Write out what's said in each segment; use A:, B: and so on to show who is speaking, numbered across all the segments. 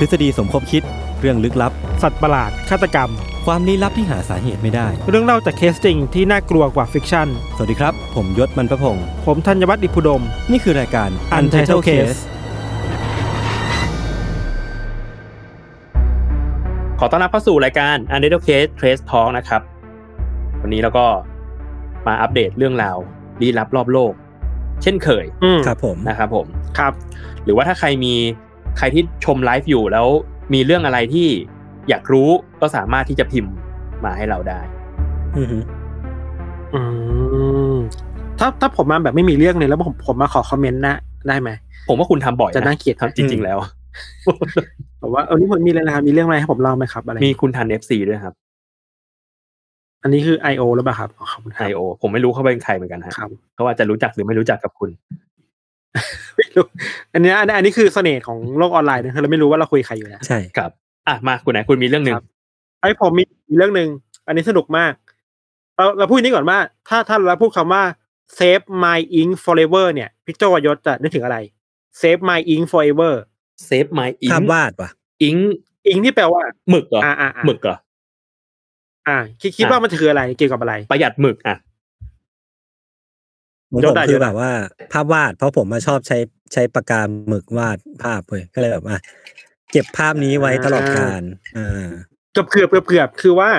A: ทฤษฎีสมคบคิด เรื่องลึกลับ
B: สัตว์ประหลาด ฆาตกรรม
A: ความลี้ลับที่หาสาเหตุไม่ได้
B: เรื่องเล่าจากเคสจริงที่น่ากลัวกว่าฟิกชั่น
A: สวัสดีครับ ผมยศมันประพงศ์
B: ผมธัญวัฒน์อิพุดม
A: นี่คือรายการ Untitled Case
C: ขอต้อนรับเข้าสู่รายการ u n d e r c a s e Trace Talk นะครับ วันนี้เราก็มาอัปเดตเรื่องราวลี้ลับรอบโลก เช่นเคย
B: อืม
A: ครับผม
C: นะครับผม
B: ครับ
C: หรือว่าถ้าใครมีใครที่ชมไลฟ์อยู่แล้วมีเรื่องอะไรที่อยากรู้ก็สามารถที่จะพิมพ์มาให้เราได้
A: อือหือ
B: อืมถ้าถ้าผมมาแบบไม่มีเรื่องเลยแล้วผมผมมาขอคอมเมนต์นะ ได้ไหม
C: ผมว่าคุณทำบ่อย
B: จะน่าเกลียด
C: ครับจริง ๆ แล้ว
B: บอกว่าเออนี่ผมมีอะไรนะครับมีเรื่องอะไรให้ผมเล่าไหมครับอะไร
C: มีคุณทัน FC ด้วยครับ
B: อันนี้คือ I.O. หรือเปล่าครับอ๋อขอบคุณครับ
C: IO ผมไม่รู้เขาเป็นใครเหมือนกันฮะ
B: ครับ
C: เขาอาจจะรู้จักหรือไม่รู้จักกับคุณ
B: ไม่รู้อันเนี้ยอันอันนี้คือเสน่ห์ของโลกออนไลน์นะคือเราไม่รู้ว่าเราคุยใครอยู่นะ
A: ใช่
C: ครับ อ่ะมาคุณไหนคุณมีเรื่องหนึ่ง
B: ครับ ไอ้ผมมีมีเรื่องหนึ่งอันนี้สนุกมาก เราเราพูดอย่างนี้ก่อนว่า ถ้าถ้าเราพูดคำว่า save my ink forever เนี่ยพี่โจกับยศจะนึกถึงอะไร save my ink forever
C: เซฟไมอิง
A: ภาพวาดว่ะ
C: อิง
B: อิงที่แปลว่า
C: หมึกเหรอ
B: อ่าอ่าอ่า
C: หมึกเหรอ
B: อ่าคิดคิด
C: อ่ะ
B: ว่ามันจะคืออะไรเกี่ยวกับอะไร
C: ประหยัดหมึกอ่ะ
A: ผม
B: ยศได้
A: คื
B: ย
A: อ
B: ศได้
A: แบบว่า ภาพวาด เพราะผมมาชอบใช้ใช้ปากกาหมึกวาดภาพเลยก็เลยแบบว่าเก็บภาพนี้ไว้ตลอดกาลอ่า
B: เกือบเกือบเกือบเกือบคือว่า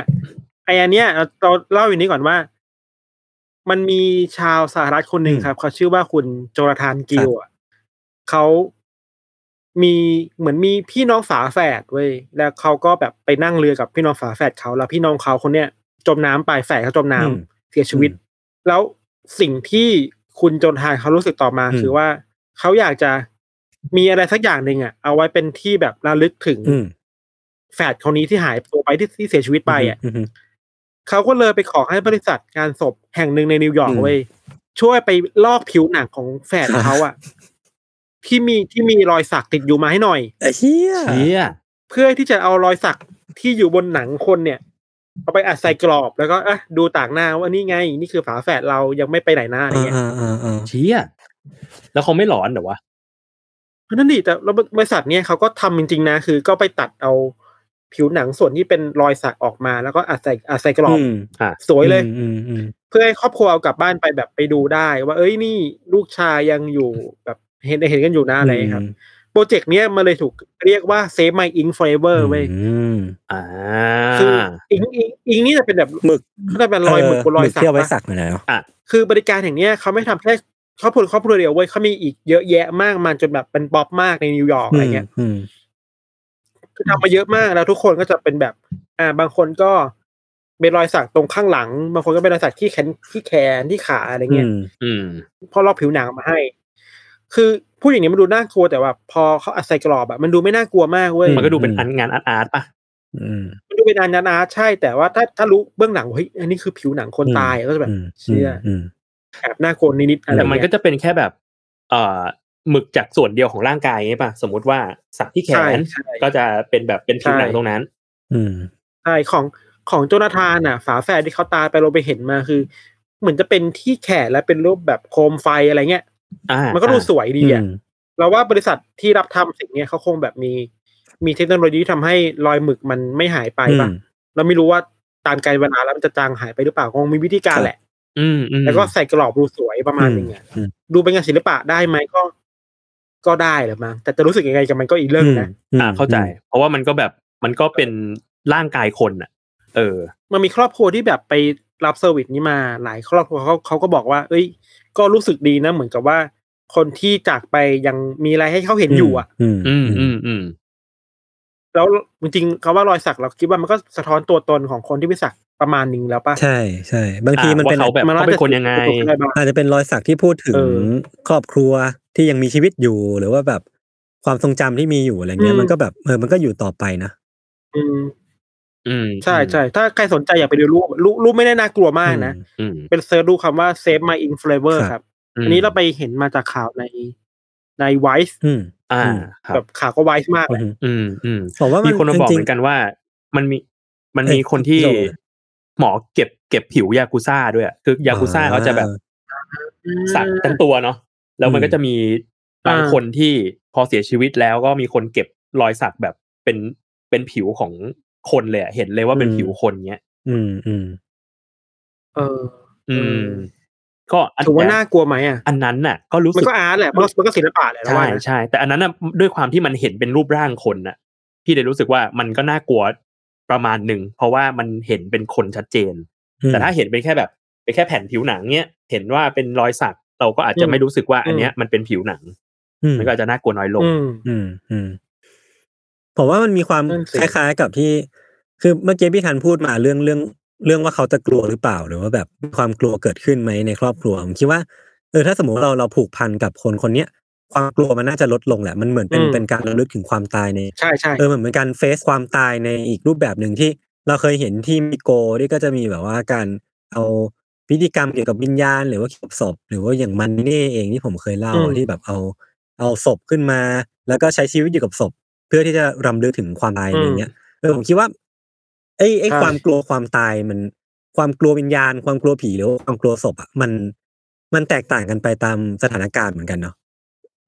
B: ไออันเนี้ยเราเราเล่าอย่างนี้ก่อนว่า มันมีชาวสหรัฐคนหนึ่งครับเขาชื่อว่าคุณโจราธานกิลอะเขามีเหมือนมีพี่น้องฝาแฝดเว้ยแล้วเขาก็แบบไปนั่งเรือกับพี่น้องฝาแฝดเขาแล้วพี่น้องเขาคนเนี้ยจมน้ำไปแฝดเขาจมน้ำ
A: อืม
B: เสียชีวิต แล้วสิ่งที่คุณโจนทานเขารู้สึกต่อมา
A: อืม
B: คือว่าเขาอยากจะมีอะไรสักอย่างหนึ่งอะเอาไว้เป็นที่แบบระลึกถึง
A: อืม
B: แฝดคนนี้ที่หายตัวไปที่ที่เสียชีวิตไปอ่ะ
A: อืม
B: เขาก็เลยไปขอให้บริษัทงานศพแห่งหนึ่งในนิวยอร์ก
A: อืม
B: เว้ยช่วยไปลอกผิวหนังของแฝด
A: ครับ
B: เขา อ่ะ ที่มีที่มีรอยสักติดอยู่มาให้หน่อย
A: ไอ้เชี่ย
C: เชี่ย
B: เพื่อที่จะเอารอยสักที่อยู่บนหนังคนเนี่ยเอาไปอัดใส่กรอบแล้วก็อ่ะดูต่างหน้าว่านี่ไง นี่คือฝาแฝดเรายังไม่ไปไหนหน้าอะไรเงี้ย
A: อ่าอ่าอ่า
C: เชี่ยแล้วเขาไม่หลอนเหรอวะ
B: เพราะนั่นดิแต่แล้วบริษัทเนี่ยเขาก็ทำจริงๆนะคือ ก็ไปตัดเอาผิวหนังส่วนที่เป็นรอยสักออกมา แล้วก็อัดใส่อัดใส่กรอบ
A: อืม
B: สวยเลย
A: อืมอืม
B: เพื่อให้ครอบครัวเอากลับบ้านไปแบบไปดูได้ ว่าเอ้ยนี่ลูกชายยังอยู่แบบเห็นเห็นกันอยู่นะอะไรอย่างเงี้ยครับ บโปรเจกต์เนี้ยมันเลยถูกเรียกว่า Save My Ink Forever เว้ย
A: อืม
C: อ่า
B: คืออิงอิงอิงนี่จะเป็นแบบ
A: หมึก
B: เขาจะเป็นรอยหมึกบนรอยสัก
A: เที่ยวไว้
B: ปะ
A: สักหน่อยนะเนาะ
B: คือบริการแห่งเนี้ยเขาไม่ทำแค่ครอบครัวครอบครัวเดียวเว้ยเขามีอีกเยอะแยะมากมายจนแบบเป็นป๊อปมากในนิวยอร์กอะไรเงี้ย
A: อืม
B: คือทำมาเยอะมากแล้วทุกคนก็จะเป็นแบบ อ่า บางคนก็เป็นรอยสักตรงข้างหลัง บางคนก็เป็นรอยสักที่แขนที่แขนที่ขาอะไรเงี้ย
C: อืม
B: พอลอกผิวหนังมาให้ คือพูดอย่างนี้มันดูน่ากลัวแต่ว่า พอเขาอัดใส่กรอบอะมันดูไม่น่ากลัวมากเว้ย
A: อื
C: มันก็ดูเป็น
A: อืม
C: อันงานอาร์ตอาร์ตป่ะ
A: อืม
B: มันดูเป็นอนานาใช่แต่ว่าถ้าถ้ารู้เบื้องหลังว่าเฮ้ยอันนี้คือผิวหนังคน
A: อืม
B: ตายก็จะแบบ
A: อืม
B: เชื่อ
A: อืม
B: แอบน่ากลัวนิดๆอะไร
C: แต่มันก็
B: เงี้ย
C: จะเป็นแค่แบบ เอ่อ หมึกจากส่วนเดียวของร่างกายไงป่ะสมมติว่าสักที่แข
B: ใช่
C: น
B: ใช่
C: ก็จะเป็นแบบเป็นผิวหนัง
B: ใช่
C: ตรงนั้น
A: อืม
B: ใช่ของของโจนาธานอ่ะ ฝาแฝดที่เขาตายไปเราไปเห็นมาคือ เหมือนจะเป็นที่แขนและเป็นรูปแบบโคมไฟอะไรเงี้ย
C: อ่า
B: มั
C: มัน
B: ก็ดูสวยดีอ่ะเราว่าบริษัทที่รับทำสิ่งเนี้ยเขาคงแบบมี มีเทคโนโลยีที่ทำให้รอยหมึกมันไม่หายไปป่ะ
A: อืม
B: เราไม่รู้ว่าตามกาลเวลาแล้วมันจะจางหายไปหรือเปล่าคงมีวิธีการแหละ
C: อืมอืม
B: แล้วก็ใส่กรอบดูสวยประมาณหนึงอ่ะ
A: อืม
B: ดูเป็นงานศิลปะได้ไหมก็ ก็ได้แหละมั้งแต่จะรู้สึกยังไงกับมันก็อีกเรื่องนะ
A: ม
C: อ่าเข้าใจ เพราะว่ามันก็แบบมันก็เป็นร่างกายคนอ่ะ เออ
B: มันมีครอบครัวที่แบบไปรับเซอร์วิสนี้มาหลายครอบครัวเขาเขาก็บอกว่า เอ้ย ก็รู้สึกดีนะ เหมือนกับว่า คนที่จากไปยังมีอะไรให้เขาเห็นอยู่อ่ะ
A: อืม
C: อืมอืมอืม
B: แล้วจริงๆคำว่ารอยสักเราคิดว่ามันก็สะท้อนตัวตนของคนที่ไปสักประมาณหนึงแล้วป่ะ
A: ใช่ใช่บางทีมัน
C: อ่ะ
A: เป็น
C: ว่าเขาแบบ
B: มันน่า
C: เขา
B: จะ
C: เป็นคนยังไง
B: ถูกอะไรบ้าง
A: อาจจะเป็นรอยสักที่พูดถึง
B: เออ
A: ครอบครัวที่ยังมีชีวิตอยู่ หรือว่าแบบความทรงจำที่มีอยู่อะไรเงี้
B: อื
A: ย
B: ม
A: มันก็แบบเออมันก็อยู่ต่อไปนะ
B: อืม
C: อืม
B: ใช่ใช่ถ้าใครสนใจอยากไปดูรูปรูปรูปไม่ได้น่ากลัวมากนะ
A: อืม
C: อืม
B: เป็นเซิร์ชดูคำว่า save my in flavor
A: ค
B: ค
A: รั
B: รับ บ
C: อืม
B: อันนี้เราไปเห็นมาจากข่าวในในไวส์
A: อืม
C: อ่า
A: อืม
C: ครับ
B: แบบข่าวก็ไวส์มากแหละ
C: อืมอืม
A: ผมว่ามั
C: มี
A: น
C: คนมาบอก
A: จริงๆ
C: เหมือนกันว่า มันมีมันมี
A: เอ้ย
C: คนที่
A: โยน
C: หมอเก็บเก็บผิวยากุซ่าด้วยอะคือยากุซ่าเขาจะแบบสักทั้งตัวเนาะแล้วมันก็จะมีบาง
B: อ่า
C: คนที่พอเสียชีวิตแล้วก็มีคนเก็บรอยสักแบบเป็นเป็นผิวของคนเลยอะเห็นเลยว่าเป็น
A: อืม
C: ผิวคนเนี้ย
A: อืมอืม
B: เออ
C: อื
B: อื
C: ม
B: ม
C: ก็อัน
B: ถือว่า
C: แต่
B: น่ากลัวไหมอ่ะ
C: อันนั้นน่ะ ก็รู้
B: มัน
C: สึก
B: ก็อาร์ตแหละมันก็มันก็ศิลปะแหละเรา
C: ใช่
B: ว่านะ
C: ใช่แต่อันนั้นน่ะด้วยความที่มันเห็นเป็นรูปร่างคนน่ะ พี่เลยรู้สึกว่ามันก็น่ากลัวประมาณหนึ่งเพราะว่ามันเห็นเป็นคนชัดเจน แต่ถ้าเห็นเป็นแค่แบบเป็นแค่แผ่นผิวหนังเนี้ยเห็นว่าเป็นรอยสักเราก็อาจจะไม่รู้สึกว่าอันเนี้ยมันเป็นผิวหนัง
A: อืม
C: มันก็อาจจะน่ากลัวน้อยลง
B: อืม
A: อืมอืมผมว่ามันมีความ
B: นั่นสิ
A: คล้ายๆกับที่ คือเมื่อกี้พี่ธันพูดมาเรื่องเรื่องเรื่องว่าเขาจะกลัวหรือเปล่าหรือว่าแบบมีความกลัวเกิดขึ้นไหมในครอบครัวผมคิดว่าเออถ้าสมมติเราเราผูกพันกับคนคนเนี้ยความกลัวมันน่าจะลดลงแหละมันเหมือนเป็น
B: อืม
A: เป็นการระลึกถึงความตายใน
B: ใช่ใช่
A: เออเหมือนเป็นการเฟซความตายในอีกรูปแบบหนึ่งที่เราเคยเห็นที่มิโกะที่ก็จะมีแบบว่าการเอาพิธีกรรมเกี่ยวกับวิญญาณ หรือว่าเกี่ยวกับศพหรือว่าอย่างมันนี่เองที่ผมเคยเล่า
B: อืม
A: ที่แบบเอาเอาศพขึ้นมา แล้วก็ใช้ชีวิตอยู่กับศพ เพื่อที่จะรำลึกถึงความตายอะไรเงี้ยเออผมคิดว่าไอ้ไอ้
B: ใช่
A: ความกลัวความตายมัน ความกลัววิญญาณ ความกลัวผีหรือว่าความกลัวศพอ่ะมันมันแตกต่างกันไปตามสถานการณ์เหมือนกันเนาะ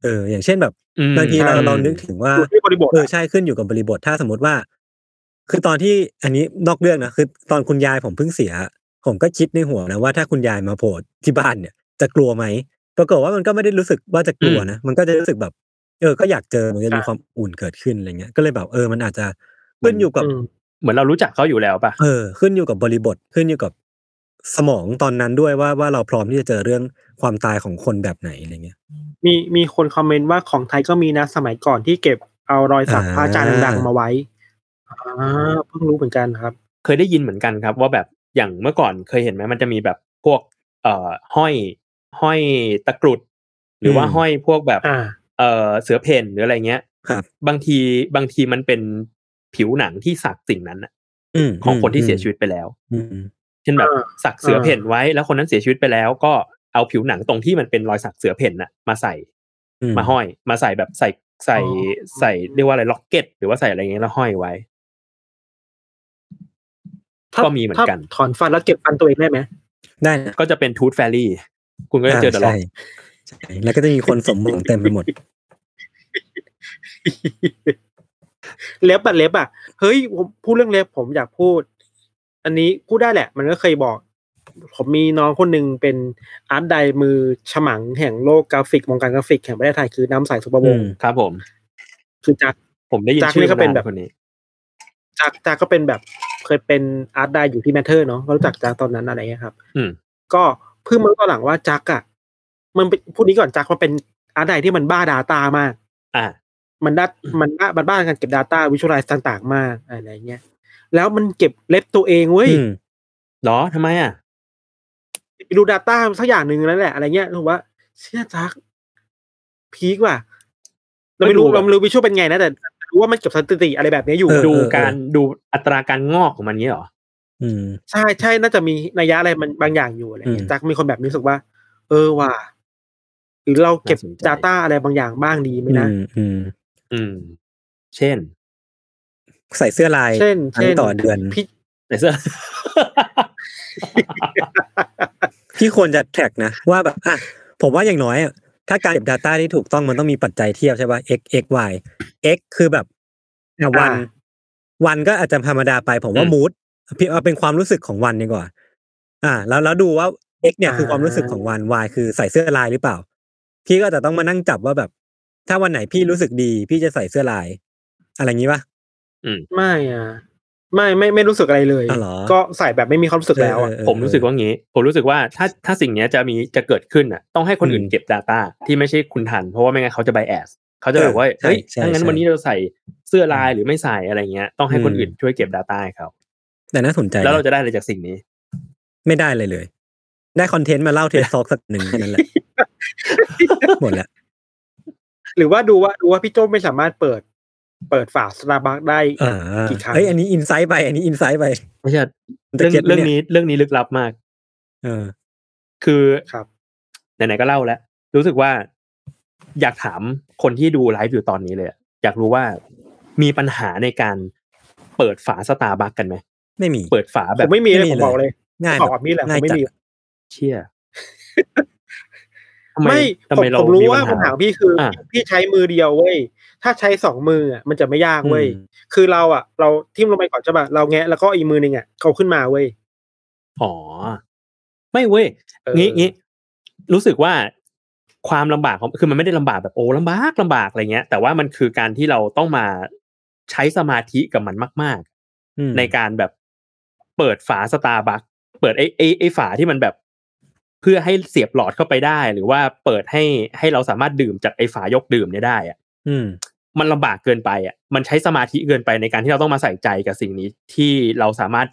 A: เออ อย่างเช่นแบบ
C: อืม
A: บางทีเรา
C: ใช่
A: เรานึกถึงว่า
B: ดูที่บริบท
A: เออ
B: อะ
A: ใช่ขึ้นอยู่กับบริบทถ้าสมมติว่า คือตอนที่อันนี้นอกเรื่องนะคือ ตอนคุณยายผมเพิ่งเสีย ผมก็คิดในหัวนะว่าถ้าคุณยายมาโผล่ที่บ้านเนี่ย จะกลัวไหมปรากฏว่ามันก็ไม่ได้รู้สึกว่าจะกลัวนะมันก็จะรู้สึกแบบ เออ ก็อยากเจอมันจะมีความอุ่นเกิดขึ้นอะไรเงี้ยก็เลยแบบเออมันอาจจะขึ้นอยู่กับ
B: อืม
C: เหมือนเรารู้จักเขาอยู่แล้วป่ะ
A: เออขึ้นอยู่กับบริบทขึ้นอยู่กับสมองตอนนั้นด้วยว่าว่าเราพร้อมที่จะเจอเรื่องความตายของคนแบบไหนอะไรเงี้ย
B: มีมีคนคอมเมนต์ว่าของไทยก็มีนะสมัยก่อนที่เก็บเอารอยสัก
A: อ่า
B: พระอาจารย์ดังๆมาไว้อ่าเพิ่งรู้เหมือนกันครับ
C: เคยได้ยินเหมือนกันครับ ว่าแบบอย่างเมื่อก่อนเคยเห็นไหมมันจะมีแบบพวก เอ่อห้อยห้อยตะกรุด หรือว่า
A: อืม
C: ห้อยพวกแบบ
B: อ่า
C: เอ่อเสือเพ่นหรืออะไรเงี้ย
A: ครับ
C: บางทีบางทีมันเป็นผิวหนังที่สักสิ่งนั้นน่ะ
A: ม
C: ของคนที่เสียชีวิตไปแล้ว
A: อืม
C: เช่นแบบ
B: อ่า
C: สักเสืออา เพ่นไว้แล้วคนนั้นเสียชีวิตไปแล้ว ก็เอาผิวหนังตรงที่มันเป็นรอยสักเสือเพ่นน่ะมาใส่ มาห้อย มาใส่แบบใส่ใส่
B: อ๋อ
C: ใส่เรียกว่าอะไรล็อกเก็ต หรือว่าใส่อะไรเงี้ยแล้วห้อยไว้
B: ถ้า
C: ก็มีเหมือนกัน
B: ถ้าถอนฟันแล้วเก็บฟันตัวเองได้ไหม
A: ได้นะ
C: ก็จะเป็นทูธแฟรี่คุณก็จะเจอเดอะล็อก
A: าใช่ใช่แล้วก็จะมีคนสมหวังเต็มไปหมด
B: เล็บอะเล็บอะเฮ้ยผมพูดเรื่องเล็บผมอยากพูด อันนี้พูดได้แหละ มันก็เคยบอก ผมมีน้องคนหนึ่งเป็นอาร์ตไดมือฉมังแห่งโลกกราฟิกวงการกราฟิกแห่งประเทศไทยคือน้ำใสสุภวงศ์
A: อืม
C: ครับผม
B: คือจัก
C: ผมได้ยิน
B: จาก
C: ชื่
B: นี่
C: อ
B: ก็เป็น
C: มาา
B: แบบ
C: คนนี้
B: จักจากก็เป็นแบบเคยเป็นอาร์ตไดอยู่ที่แมทเทอร์เนาะก็รู้จักจากตอนนั้นอะไรเงี้ยครับ
C: อืม
B: ก็เพิ่งมารู้ตอนหลังว่าจักอะมันเป็นพูดนี้ก่อนจักมันเป็นอาร์ตไดที่มันบ้าดาตามาก
C: อ่ะ
B: มันด้ามันด้ามันบ้านการเก็บ Data วิชวลไลซ์ต่างๆ มากอะไรเงี้ย แล้วมันเก็บเล็บตัวเองเว้ย
A: อืม
C: เหรอทำไมอ่ะ
B: ไปดู Data สักอย่างหนึ่งนั่นแหละอะไรเงี้ยถือว่าเชื่อจักพีกว่ะเราไม่รู้
C: ก็ดูแบบ
B: เราไม่รู้วิชวลเป็นไงนะ แต่รู้ว่ามันเก็บสถิติอะไรแบบเนี้ยอยู่
A: เออ
C: ดูการดูอัตราการงอกของมันเงี้ยเหรอ
A: อืม
B: ใช่ใช่น่าจะมีนัยยะอะไรมันบางอย่างอยู่อะไร
A: อื
B: เงี้
A: ม
B: ยจักมีคนแบบนี้รู้สึกว่า เออว่ะ รือเราเก็บ
C: น่าสนใจ
B: Data อะไรบางอย่างบ้างดีไหมนะ
A: อืมอืม
C: อืม เช่น
A: ใส่เสื้อลาย
B: เช่น
A: ครั้ง
B: เช่น
A: ต่อเดือน
B: พี่
C: แต่เสื้อ
A: พี่ควรจะแท็กนะ ว่าแบบอ่ะผมว่าอย่างน้อยอะถ้าการเก็บ Data ที่ถูกต้องมันต้องมีปัจจัยเทียบใช่ป่ะ x x y x คือแบบอ่ะวัน
B: อ่า
A: วันก็อาจจะธรรมดาไป ผมว่า
C: อืม
A: มูดพี่เอาเป็นความรู้สึกของวันดีกว่า อ่า แล้วแล้วดูว่า x เนี่ยคือความรู้สึกของวัน y คือใส่เสื้อลายหรือเปล่า พี่ก็จะต้องมานั่งจับว่าแบบ ถ้าวันไหนพี่รู้สึกดี พี่จะใส่เสื้อลาย อะไรอย่างงี้ป่ะ
B: ไม่อ่ะไม่ไม่ไม่รู้สึกอะไรเลย
A: อ๋อเหรอ
B: ก็ใส่แบบไม่มีความรู้สึกแล้วอ่ะ
A: เออเออเออ
C: ผมรู้สึกว่างี้ ผมรู้สึกว่าถ้าถ้าสิ่งเนี้ยจะมีจะเกิดขึ้นอ่ะ ต้องให้คนอื่น
A: อืม
C: เก็บ Data ที่ไม่ใช่คุณทัน เพราะว่าไม่งั้นเขาจะไบแอสเขาจะแบบว่า
A: เออใช่
C: เฮ้ย
A: ใช่
C: ถ้างั้น
A: ใช่
C: วันนี้เราใส่เสื้อลายหรือไม่ใส่อะไรเงี้ย ต้องให้คน
A: อืม
C: อื่นช่วยเก็บ Data ให้เขา
A: แต่น่าสนใจ
C: แล้วเรา
A: นะ
C: จะได้อะไรจากสิ่งนี้
A: ไม่ได้เลยเลย ได้คอนเทนต์มาเล่าเทสซอกสักหนึ่งแค่ นั้นแหละ หมดละ
B: หรือว่าดูว่าดูว่าพี่โจ้ไม่สามารถเปิด เปิดฝาสตาร์บัคได้
A: อ่า
B: กี่ครั้ง
A: เอ้ยอันนี้อินไซต์ไป อันนี้อินไซต์ไป
C: ไม่ใช่
A: มันจะ
C: เรื่อง
A: เก็ตไหม
C: เรื่อง
A: ย
C: นี้เรื่องนี้ลึกลับมาก
A: เออ
C: คือ
B: ครับ
C: ไหนๆก็เล่าแล้ว รู้สึกว่าอยากถามคนที่ดูไลฟ์อยู่ตอนนี้เลยอะอยากรู้ว่ามีปัญหาในการเปิดฝาสตาร์บัคกันไหม
A: ไม่มี
C: เปิดฝา
B: ผ
C: แบบ
B: มไม่มีเลย
A: ไม่มี
B: ผมบอก
A: เล
B: เลย ย
A: ง่าย
B: บ
A: แบ
B: อก
A: บ
B: ว่ามีแหละผ
A: ง่าย
B: มไม่
A: จัด
B: มี
C: เชี่ยทำไม
B: ไม่
C: ทำ
B: ผม
C: ไมเรา
B: ผมรู้
C: มี
B: ว่า
C: ปั
B: ปั
C: ญ
B: ญ
C: หา
B: หาพี่คืออา พี่ใช้มือเดียวเว้ยถ้าใช้สองมืออ่ะมันจะไม่ยากเว้ยคือเราอ่ะ เราทิ่มลงไปก่อนใช่ป่ะเราแงะแล้วก็อีกมือหนึ่งอ่ะเขาขึ้นมาเว้ย
C: อ๋อ ไม่เว้ย
B: เออ
C: งี้งี้รู้สึกว่าความลำบากของคือมันไม่ได้ลำบากแบบโอ้ลำบากลำบากอะไรเงี้ย แต่ว่ามันคือการที่เราต้องมาใช้สมาธิกับมันมาก ๆ
A: อืม
C: ในการแบบเปิดฝาสตาร์บัคเปิดไอ้ไอ้ไอ้ฝาที่มันแบบ เพื่อให้เสียบหลอดเข้าไปได้ หรือว่าเปิดให้ให้เราสามารถดื่มจากไอ้ฝายกดื่มเนี่ยได้อะ
A: อืม
C: มันลำบากเกินไปอ่ะมันใช้สมาธิเกินไปในการที่เราต้องมาใส่ใจกับสิ่งนี้ ที่เราสามารถ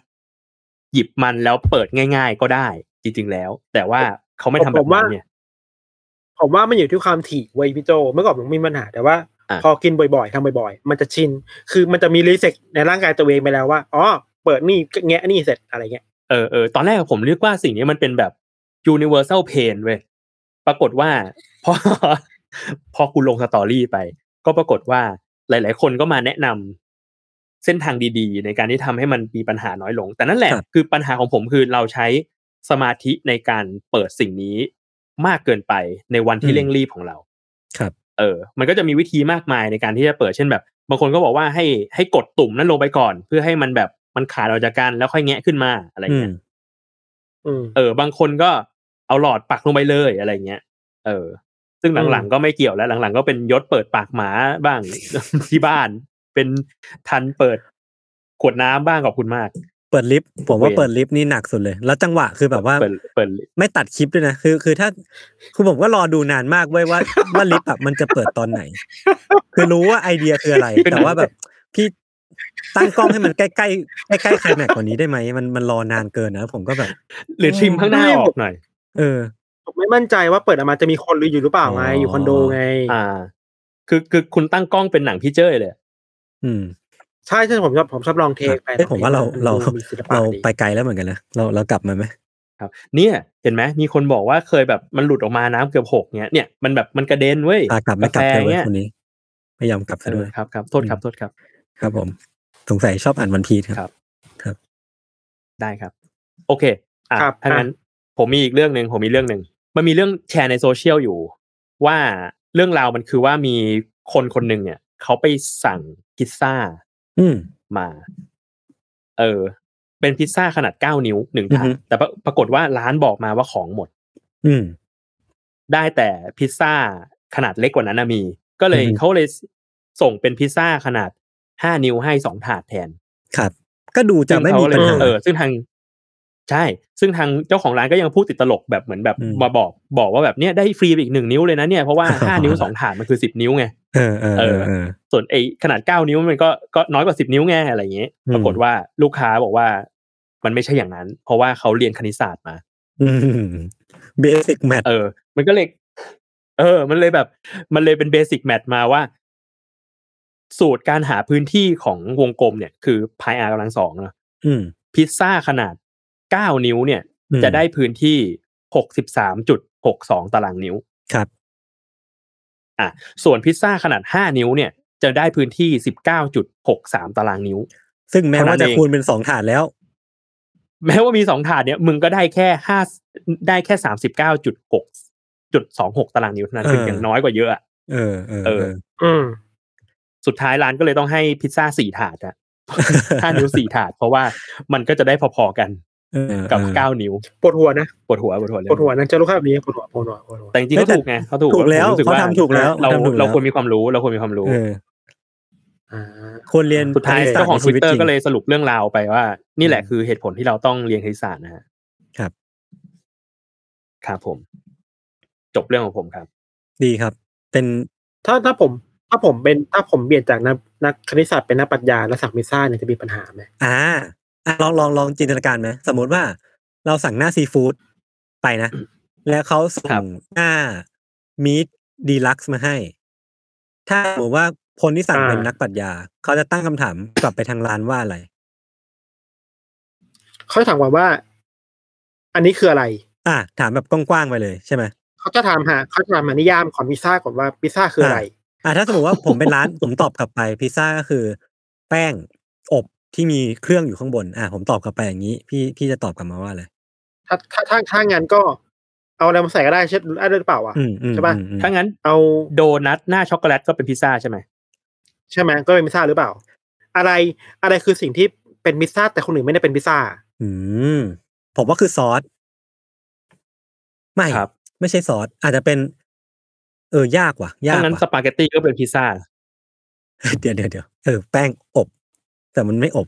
C: หยิบมันแล้วเปิดง่าย ๆ ก็ได้ จริง ๆ แล้ว แต่ว่าเขาไม่ทำแบบนั้นเนี่ย
B: ผมว่ามันอยู่ที่ความถี่เว้ยพี่โจเมื่อก่อนผมมีปัญหาแต่ว่า
C: อ่ะ
B: พอกินบ่อยๆทำบ่อยๆ มันจะชิน คือมันจะมีรีเซ็ตในร่างกายตัวเองไปแล้วว่าอ๋อเปิดนี่แงะนี่เสร็จอะไรเงี้ย
C: เออเออตอนแรกผมเรียกว่าสิ่งนี้มันเป็นแบบ universal pain เว้ยปรากฏว่า พอ พอคุณลงสตอรี่ไป ก็ปรากฏว่าหลาย ๆ คนก็มาแนะนำเส้นทางดีๆ ในการที่ทำให้มันมีปัญหาน้อยลง แต่นั่นแหละ
A: ครับ
C: คือปัญหาของผมคือเราใช้สมาธิในการเปิดสิ่งนี้มากเกินไปในวันที่เร่งรีบของเรา
A: ครับ
C: เออ มันก็จะมีวิธีมากมายในการที่จะเปิดเช่นแบบ บางคนก็บอกว่าให้ให้กดตุ่มนั้นลงไปก่อน เพื่อให้มันแบบมันขาดออกจากกันแล้วค่อยแงะขึ้นมาอะไร
A: อื
C: เงี้
A: ม
C: ย
B: อืม
C: เออบางคนก็เอาหลอดปักลงไปเลยอะไรเงี้ย เออ ซึ่งหลัง
B: อืม
C: ๆก็ไม่เกี่ยวแล้ว หลังๆก็เป็นยศเปิดปากหมาบ้าง ที่บ้าน เป็นทันเปิดขวดน้ำบ้างขอบคุณมาก
A: เปิดลิฟต์ผมว่า
C: เว้ย
A: เปิดลิฟต์นี่หนักสุดเลย แล้วจังหวะคือแบบว่า
C: เปิดเปิด
A: ไม่ตัดคลิปด้วยนะ คือ คือถ้าคือผมก็รอดูนานมากเว้ยว่า ว่าลิฟต์อะมันจะเปิดตอนไหน คือรู้ว่าไอเดียคืออะไร แต่ว่าแบบพี่ตั้งกล้องให้มันใกล้ใกล้ใกล้ใกล้ใครแม็กกว่านี้ได้ไหมมันมันรอนานเกินนะผมก็แบบ
C: หรือชิมข้างหน้า
B: ไม่
C: ออกหน่อย
A: เออ
B: ผมไม่มั่นใจว่าเปิดออกมาจะมีคนหรืออยู่หรือเปล่าไง
A: อ๋อ
B: อ
A: อ
B: ยู่คอนโดไง
C: อ่า คือคือคุณตั้งกล้องเป็นหนังพี่เจ้ยเลย
A: อืม
B: ใช่ใช่ผมชอบผมชอบลองเทคไป
A: เอ้ยผมว่าเราเรา
B: ดูศิลปะ
A: เรา
B: ดี
A: ไปไกลแล้วเหมือนกันนะเราเรากลับมาไหม
C: ครับ เนี่ย เห็นไหมมีคนบอกว่าเคยแบบมันหลุดออกมาน้ำเกือบหกเนี้ยเนี่ยมันแบบมันกระเด็นเว้ย
A: อ่ะกลับไม่กลับ
C: แฟ
A: เธอเว้ย
C: เนี้ย
A: คนนี้พยายามกลับ
C: เอ
A: ซะด้ว
C: อย ครับครับโทษครับโทษครับ
A: ครับผม สงสัยชอบอ่านวันพีช
C: ค
A: ค
C: รั
A: รับ
C: บ ได้ครับ โอเค อ่ะ
B: ครับ
C: ถ้างั้น
B: อ่ะ
C: ผมมีอีกเรื่องหนึ่งผมมีเรื่องหนึ่งมันมีเรื่องแชร์ในโซเชียลอยู่ ว่าเรื่องราวมันคือว่ามีคนคนหนึ่งเนี่ยเขาไปสั่งพิซซ่า
A: อืม
C: มา เออ เป็นพิซซ่าขนาดเก้านิ้วหนึ่งถาด
A: อือฮึ
C: แต่ปรปรากฏว่าร้านบอกมาว่าของหมด
A: อืม
C: ได้แต่พิซซ่าขนาดเล็กกว่านั้นนะมี ก็เลย
A: อือฮึ
C: เขาเลยส่งเป็นพิซซ่าขนาดห้านิ้วให้สองถาดแทน
A: ครับ ก็ดูจะ
C: ซึ่ง
A: ไม่
C: เขา
A: มี
C: เล
A: ปั
C: ย
A: ญหา
C: เออซึ่งทาง ใช่ ซึ่งทางเจ้าของร้านก็ยังพูดติดตลกแบบเหมือนแบบ
A: อืม
C: มาบอกบอกว่าแบบเนี้ยได้ฟรีไปอีกหนึ่งนิ้วเลยนะเนี่ยเพ ราะว่า ห้านิ้วสองถาดมันคือสิบนิ้วไง
A: เออเออเออเออ
C: ส่วนไอ้ขนาดเก้านิ้วมันก็ก็น้อยกว่าสิบนิ้วไงอะไรอย่างเงี้ย
A: อืม
C: ปรากฏว่าลูกค้าบอกว่ามันไม่ใช่อย่างนั้น เพราะว่าเขาเรียนคณิตศาสตร์มา
A: เบสิกแมท
C: เออ มันก็เลย เออ มันเลยแบบ มันเลยเป็นเบสิกแมทมาว่า สูตรการหาพื้นที่ของวงกลมเนี่ย คือพายอากำลังสองเนาะ
A: อืม
C: พิซซ่าขนาด 9 นิ้วเนี่ย
A: อืม
C: จะได้พื้นที่ 63.62 ตารางนิ้ว
A: ครับ
C: อ่ะส่วนพิซซ่าขนาด 5 นิ้วเนี่ยจะได้พื้นที่ 19.63 ตารางนิ้ว
A: ซึ่งแม้ว่าจะคูณเป็นสองถาดแล้ว
C: แม้ว่ามีสองถาดเนี่ยมึงก็ได้แค่ห้าได้แค่สามสิบเก้าจุดหกจุดสองหกตารางนิ้วเท่านั้น
A: เออ
C: คืออย่างน้อยกว่าเยอะอะ
A: เออเออ
C: เออ
A: เออ
B: อืม
C: สุดท้ายร้านก็เลยต้องให้พิซซ่าสี่ถาดอะ ห้านิ้วสี่ถาด เพราะว่ามันก็จะได้พอๆกัน
A: เออ
C: กับ
A: เออ
C: เก้านิ้ว
B: ปวดหัวนะ
C: ปวดหัวปวดหัวเลย
B: ปวดหัวนะเจะรู้ภาพนี้ปวดหัวปวดหัวปวดหัว
C: แต่จริงๆ
A: เฮ้
C: ก็
A: ยแต่
C: ถูกไงเขาถูก
A: ถูกแล้ว
C: ผมรู้สึ
A: เขาทำถูกแล้ว
C: เรา
A: เขาทำถูกแล้ว
C: เราควรมีความรู้เราควรมีความรู้
A: เออ
B: อ่า
A: ควรเรียน
C: สุดท้าย
A: คณิตศสต
C: เจ้าของ
A: ใน
C: ท
A: ชี
C: วิต
A: วิต
C: เตอ
A: จ
C: ร์
A: ริง
C: ก็เลยสรุปเรื่องราวไปว่า นี่แหละคือเหตุผลที่เราต้องเรียนคณิตศาสตร์นะฮะ
A: ครับ
C: ครับผม จบเรื่องของผมครับ
A: ดีครับ เป็น
B: ถ้าถ้าผมถ้าผมเป็นถ้าผมเปลี่ยนจากนักนักคณิตศาสตร์เป็นนักปรัชญาและสั่งพิซซ่าเนี่ยจะมีปัญหาไหม
A: อ่าอ่ะลองลองลองจินตนาการไหมสมมติว่าเราสั่งหน้าซีฟู้ดไปนะ แล้วเขาส่
C: ครั
A: ง
C: บ
A: หน้ามีดดีลักซ์มาให้ ถ้าสมมติว่าคนที่สั่งเป็นนักปรัชญาเขาจะตั้งคำถามกลับไปทางร้านว่าอะไร
B: เขาจะถามว่าว่า อันนี้คืออะไร
A: อ่ะถามแบบกว้างๆไปเลยใช่ไหม
B: เขาจะถามหาเขาจะถามหานิยามของพิซซ่าก่อนว่าพิซซ่าคืออะไร
A: อ่าถ้าสมมติว่าผมเป็นร้าน ผมตอบกลับไปพิซซ่าก็คือ แป้งอบที่มีเครื่องอยู่ข้างบน อ่าผมตอบกลับไปอย่างนี้ พี่พี่จะตอบกลับมาว่าอะไร
B: ถ้าถ้าถ้าถ้างั้นก็เอาอะไรมาใส่ก็ได้เช่นอะไรหรือเปล่าอ่ะ
A: อืมอืม
B: ใช่ปะ
A: อืมอืม
C: ถ้างั้น
B: เอา
C: โดนัทหน้าช็อกโกแลตก็เป็นพิซซ่าใช่ไหม
B: ใช่ไหมก็เป็นพิซซ่าหรือเปล่า อะไรอะไรคือสิ่งที่เป็นพิซซ่าแต่คนอื่นไม่ได้เป็นพิซซ่า
A: อืมผมว่าคือซอสไม่
C: ครับ
A: ไม่ใช่ซอสอาจจะเป็น เออยากว่ะ ยา
C: ถ้าก งั้นส
A: ว่ะ
C: ปาเกตตี้ก็เป็นพิซซ่า
A: เดี๋ยวเดี๋ยวเดี๋ยวเออแป้งอบ แต่มันไม่อบ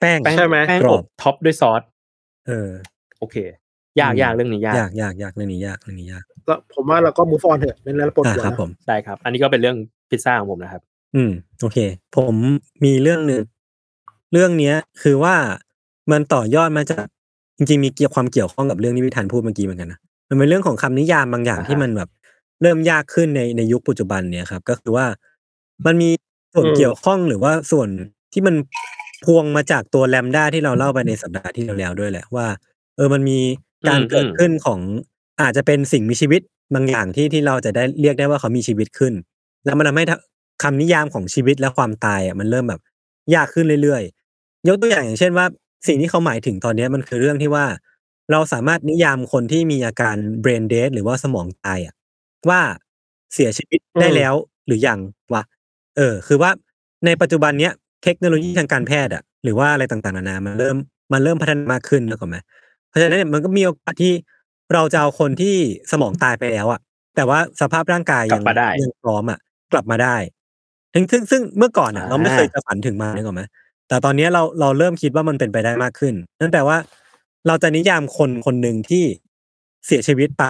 A: แป้ง
C: แป้ง
B: ใช่ไหม
C: แป้ง
A: กร
C: อ
A: อ
C: บบ ท็อปด้วยซอส
A: เออ
C: โอเค ยาก
A: อืม
C: ยากเรื่องนี้ยาก
A: ยากยากยากเรื่องนี้ยากเรื่องนี้ยาก
B: แล้วผมว่าเราก็มูฟออนเถอะเล่นแล้วปวด
A: อ่า
B: หัว
A: ครับ
B: นะ
A: ผม
C: ได้ครับ อันนี้ก็เป็นเรื่องพิซซ่าของผมนะครับ
A: อืมโอเค ผมมีเรื่องหนึ่งเรื่องเนี้ย คือว่ามันต่อยอดมาจากจริงๆมีเกี่ยวความเกี่ยวข้องกับเรื่องที่พิธันพูดเมื่อกี้เหมือนกันนะมันเป็นเรื่องของคำนิยามบางอย่าง
C: อ่าฮะ
A: ที่มันแบบเริ่มยากขึ้นในในยุคปัจจุบันเนี่ยครับ ก็คือว่ามันมีส่วนเกี่ยวข้องหรือว่าส่วนที่มันพวงมาจากตัวแลมด้าที่เราเล่าไปในสัปดาห์ที่แล้วๆด้วยแหละว่า เออมันมีการเกิดขึ้นของอาจจะเป็นสิ่งมีชีวิตบางอย่างที่ที่เราจะได้เรียกได้ว่าเขามีชีวิตขึ้น แล้วมันทำให้คำนิยามของชีวิตและความตายอ่ะมันเริ่มแบบยากขึ้นเรื่อยๆ ยกตัวอย่างอย่างเช่นว่า สิ่งที่เขาหมายถึงตอนเนี้ยมันคือเรื่องที่ว่า เราสามารถนิยามคนที่มีอาการ brain dead หรือว่าสมองตายอ่ะว่าเสียชีวิตได้แล้วหรือยังวะเออ คือว่าในปัจจุบันเนี้ยเทคโนโลยีทางการแพทย์อ่ะหรือว่าอะไรต่างๆนานามันเริ่มมันเริ่มพัฒนามากขึ้นแล้วก็ไหม เพราะฉะนั้นเนี่ยมันก็มีโอกาสที่เราจะเอาคนที่สมองตายไปแล้วอะแต่ว่าสภาพร่างกาย
C: กลั
A: ยั
C: บ
A: ง
C: มาได้
A: ยังพร้อมอะกลับมาได้ซึ่งซึ่งซึ่งเมื่อก่อนอะ
C: อ่า
A: เราไม่เคยจะฝันถึงมันนึกออกไหมแต่ตอนเนี้ยเราเราเริ่มคิดว่ามันเป็นไปได้มากขึ้นนั่นแปลว่า เราจะนิยามคนคนหนึ่งที่เสียชีวิตไป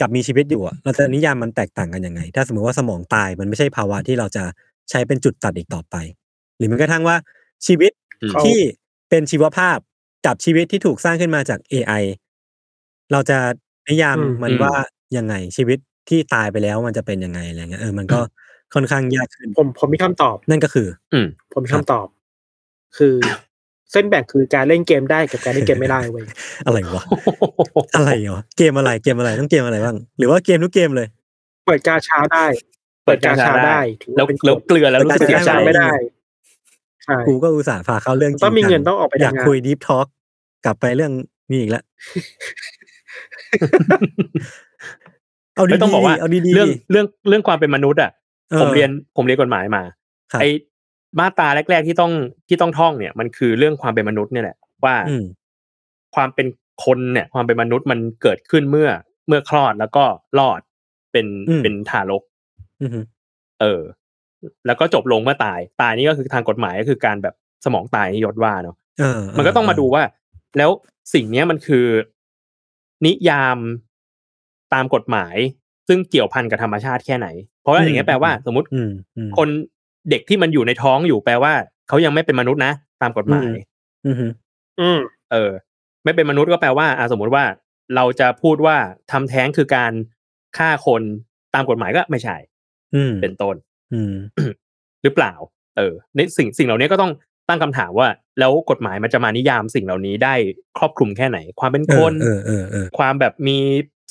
A: กับมีชีวิตอยู่อะเราจะนิยามมันแตกต่างกันยังไง ถ้าสมมติว่าสมองตายมันไม่ใช่ภาวะที่เราจะใช้เป็นจุดตัดอีกต่อไป หรือแม้กระทั่งว่าชีวิต
C: อืม
A: ที่เป็นชีวภาพกับชีวิตที่ถูกสร้างขึ้นมาจาก AI เราจะนิยาม
B: อืม
A: มันว่ายังไงชีวิตที่ตายไปแล้วมันจะเป็นยังไงอะไรเงี้ยเออมันก็ค่อนข้างยากขึ้น
B: ผมผมมีคำตอบ
A: นั่นก็คือ
B: ผมมีคำตอบ คือเส้นแบ่งคือการเล่นเกมได้กับการเล่นเกมไม่ได้เว้ย
A: อะไรวะ อะไรวะเกมอะไรเกมอะไรต้องเกมอะไรบ้าง หรือว่าเกมทุกเกมเลย
B: เปิดกาชาได้
C: เปิดกาชาได้
B: ถือ
C: แล้ว
B: ว่าเป็น
C: แล้ว
B: กฎ
C: เกลือแล้วรู้สึก
B: เสี
C: เสี
B: ย
C: ย
B: ใจ
C: ใจ
B: ไม่ได้ใช่
A: กูก็อุตส่าห์พาเข้าเรื่องจริ
B: ต้องมีเงินต้องออกไป
A: อยาก
B: ทำงาน
A: คุยดีฟทอ a l k กลับไปเรื่องนี้อีกแล้วเอาดี
C: ไม่
A: ๆ
C: ต้องบอกว่า
A: เอาดีๆ
C: เรื่องเรื่องเรื่องความเป็นมนุษย์อ่ะ
A: ออ
C: ผมเรียนผมเรียนกฎหมายมา
A: ครับ
C: ไอมาตราแรก ๆที่ต้องที่ต้องท่องเนี่ย มันคือเรื่องความเป็นมนุษย์เนี่ยแหละว่า
A: อืม
C: ความเป็นคนเนี่ย ความเป็นมนุษย์มันเกิดขึ้นเมื่อเมื่อคลอดแล้วก็รอดเป็น
A: อืม
C: เป็นทารก
A: อือฮึ
C: เออ แล้วก็จบลงเมื่อตาย ตายนี่ก็คือทางกฎหมายก็คือการแบบสมองตายนิยศว่าเนาะ
A: เออ
C: มันก็ต้องมาดูว่า แล้วสิ่งเนี้ยมันคือ นิยามตามกฎหมาย ซึ่งเกี่ยวพันกับธรรมชาติแค่ไหน เพราะว่าอย่างเงี้ยแปลว่า สมมติ
A: อืมอืม
C: คนเด็กที่มันอยู่ในท้องอยู่แปลว่าเขายังไม่เป็นมนุษย์นะตามกฎหมาย
A: อืม อือฮึ
B: อืม
C: เออ ไม่เป็นมนุษย์ก็แปลว่าอ่ะสมมติว่า เราจะพูดว่าทำแท้งคือการฆ่าคนตามกฎหมายก็ไม่ใช่
A: อืม
C: เป็นต้น
A: อืม
C: หรือเปล่า เออ ในสิ่งสิ่งเหล่านี้ก็ต้องตั้งคำถามว่า แล้วกฎหมายมันจะมานิยามสิ่งเหล่านี้ได้ครอบคลุมแค่ไหน ความเป็นคน
A: เออเออเออเออ
C: ความแบบมี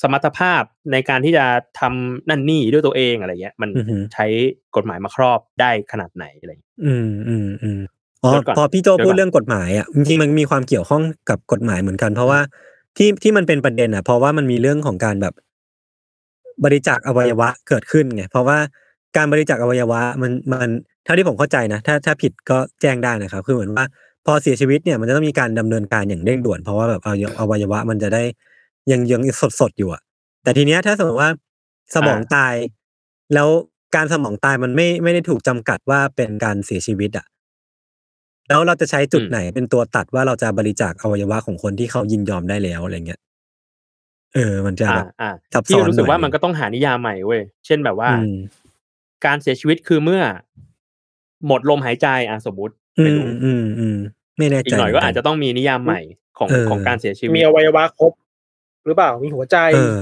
C: สมรรถภาพในการที่จะทำนั่นนี่ด้วยตัวเองอะไรเงี้ย มัน
A: อือหือ
C: ใช้กฎหมายมาครอบได้ขนาดไหนอะไรเงี้ย
A: อืมอืมอืมอ๋อ
C: เดี๋ยวก่อน
A: พอพี่โจ
C: เดี๋ยวก่อน
A: พูดเรื่องกฎหมายอ่ะจริงๆมันมีความเกี่ยวข้องกับกฎหมายเหมือนกัน เพราะว่าที่ที่มันเป็นประเด็นอ่ะ เพราะว่ามันมีเรื่องของการแบบ บริจาคอวัยวะเกิดขึ้นไงเพราะว่าการบริจาคอวัยวะมันมันเท่าที่ผมเข้าใจนะถ้าถ้าผิดก็แจ้งได้นะครับ คือเหมือนว่า พอเสียชีวิตเนี่ยมันจะต้องมีการดำเนินการอย่างเร่งด่วน เพราะว่าแบบเอาอวัยวะมันจะได้ยังยังสดสดๆอยู่อ่ะ แต่ทีเนี้ยถ้าสมมติว่าสมองตาย แล้วการสมองตายมันไม่ไม่ได้ถูกจำกัดว่าเป็นการเสียชีวิตอ่ะแล้วเราจะใช้จุด
C: อืม
A: ไหนเป็นตัวตัดว่าเราจะบริจาคอวัยวะของคนที่เขายินยอมได้แล้วอะไรเงี้ยเออ มันจะ
C: อ่า
A: แบบ
C: อ่า
A: ซับซ้อน
C: ที่รู้สึกว่า
A: หน่อย
C: มันก็ต้องหานิยามใหม่เว้ยเช่นแบบว่า
A: อืม
C: การเสียชีวิตคือเมื่อ หมดลมหายใจอ่ะสมมติ
A: อื
C: ไม่
A: ม
C: รู้
A: อืมอืมไม่แน่
C: อี
A: ใจ
C: กหน่อยก็อาจ
A: เหมื
C: จะต้องมีนิยามใหม่ของ
A: เออ
C: ของการเสียชีวิ
B: มี
C: ต
B: อวัยวะครบ หรือเปล่ามีหัวใจ
A: เออ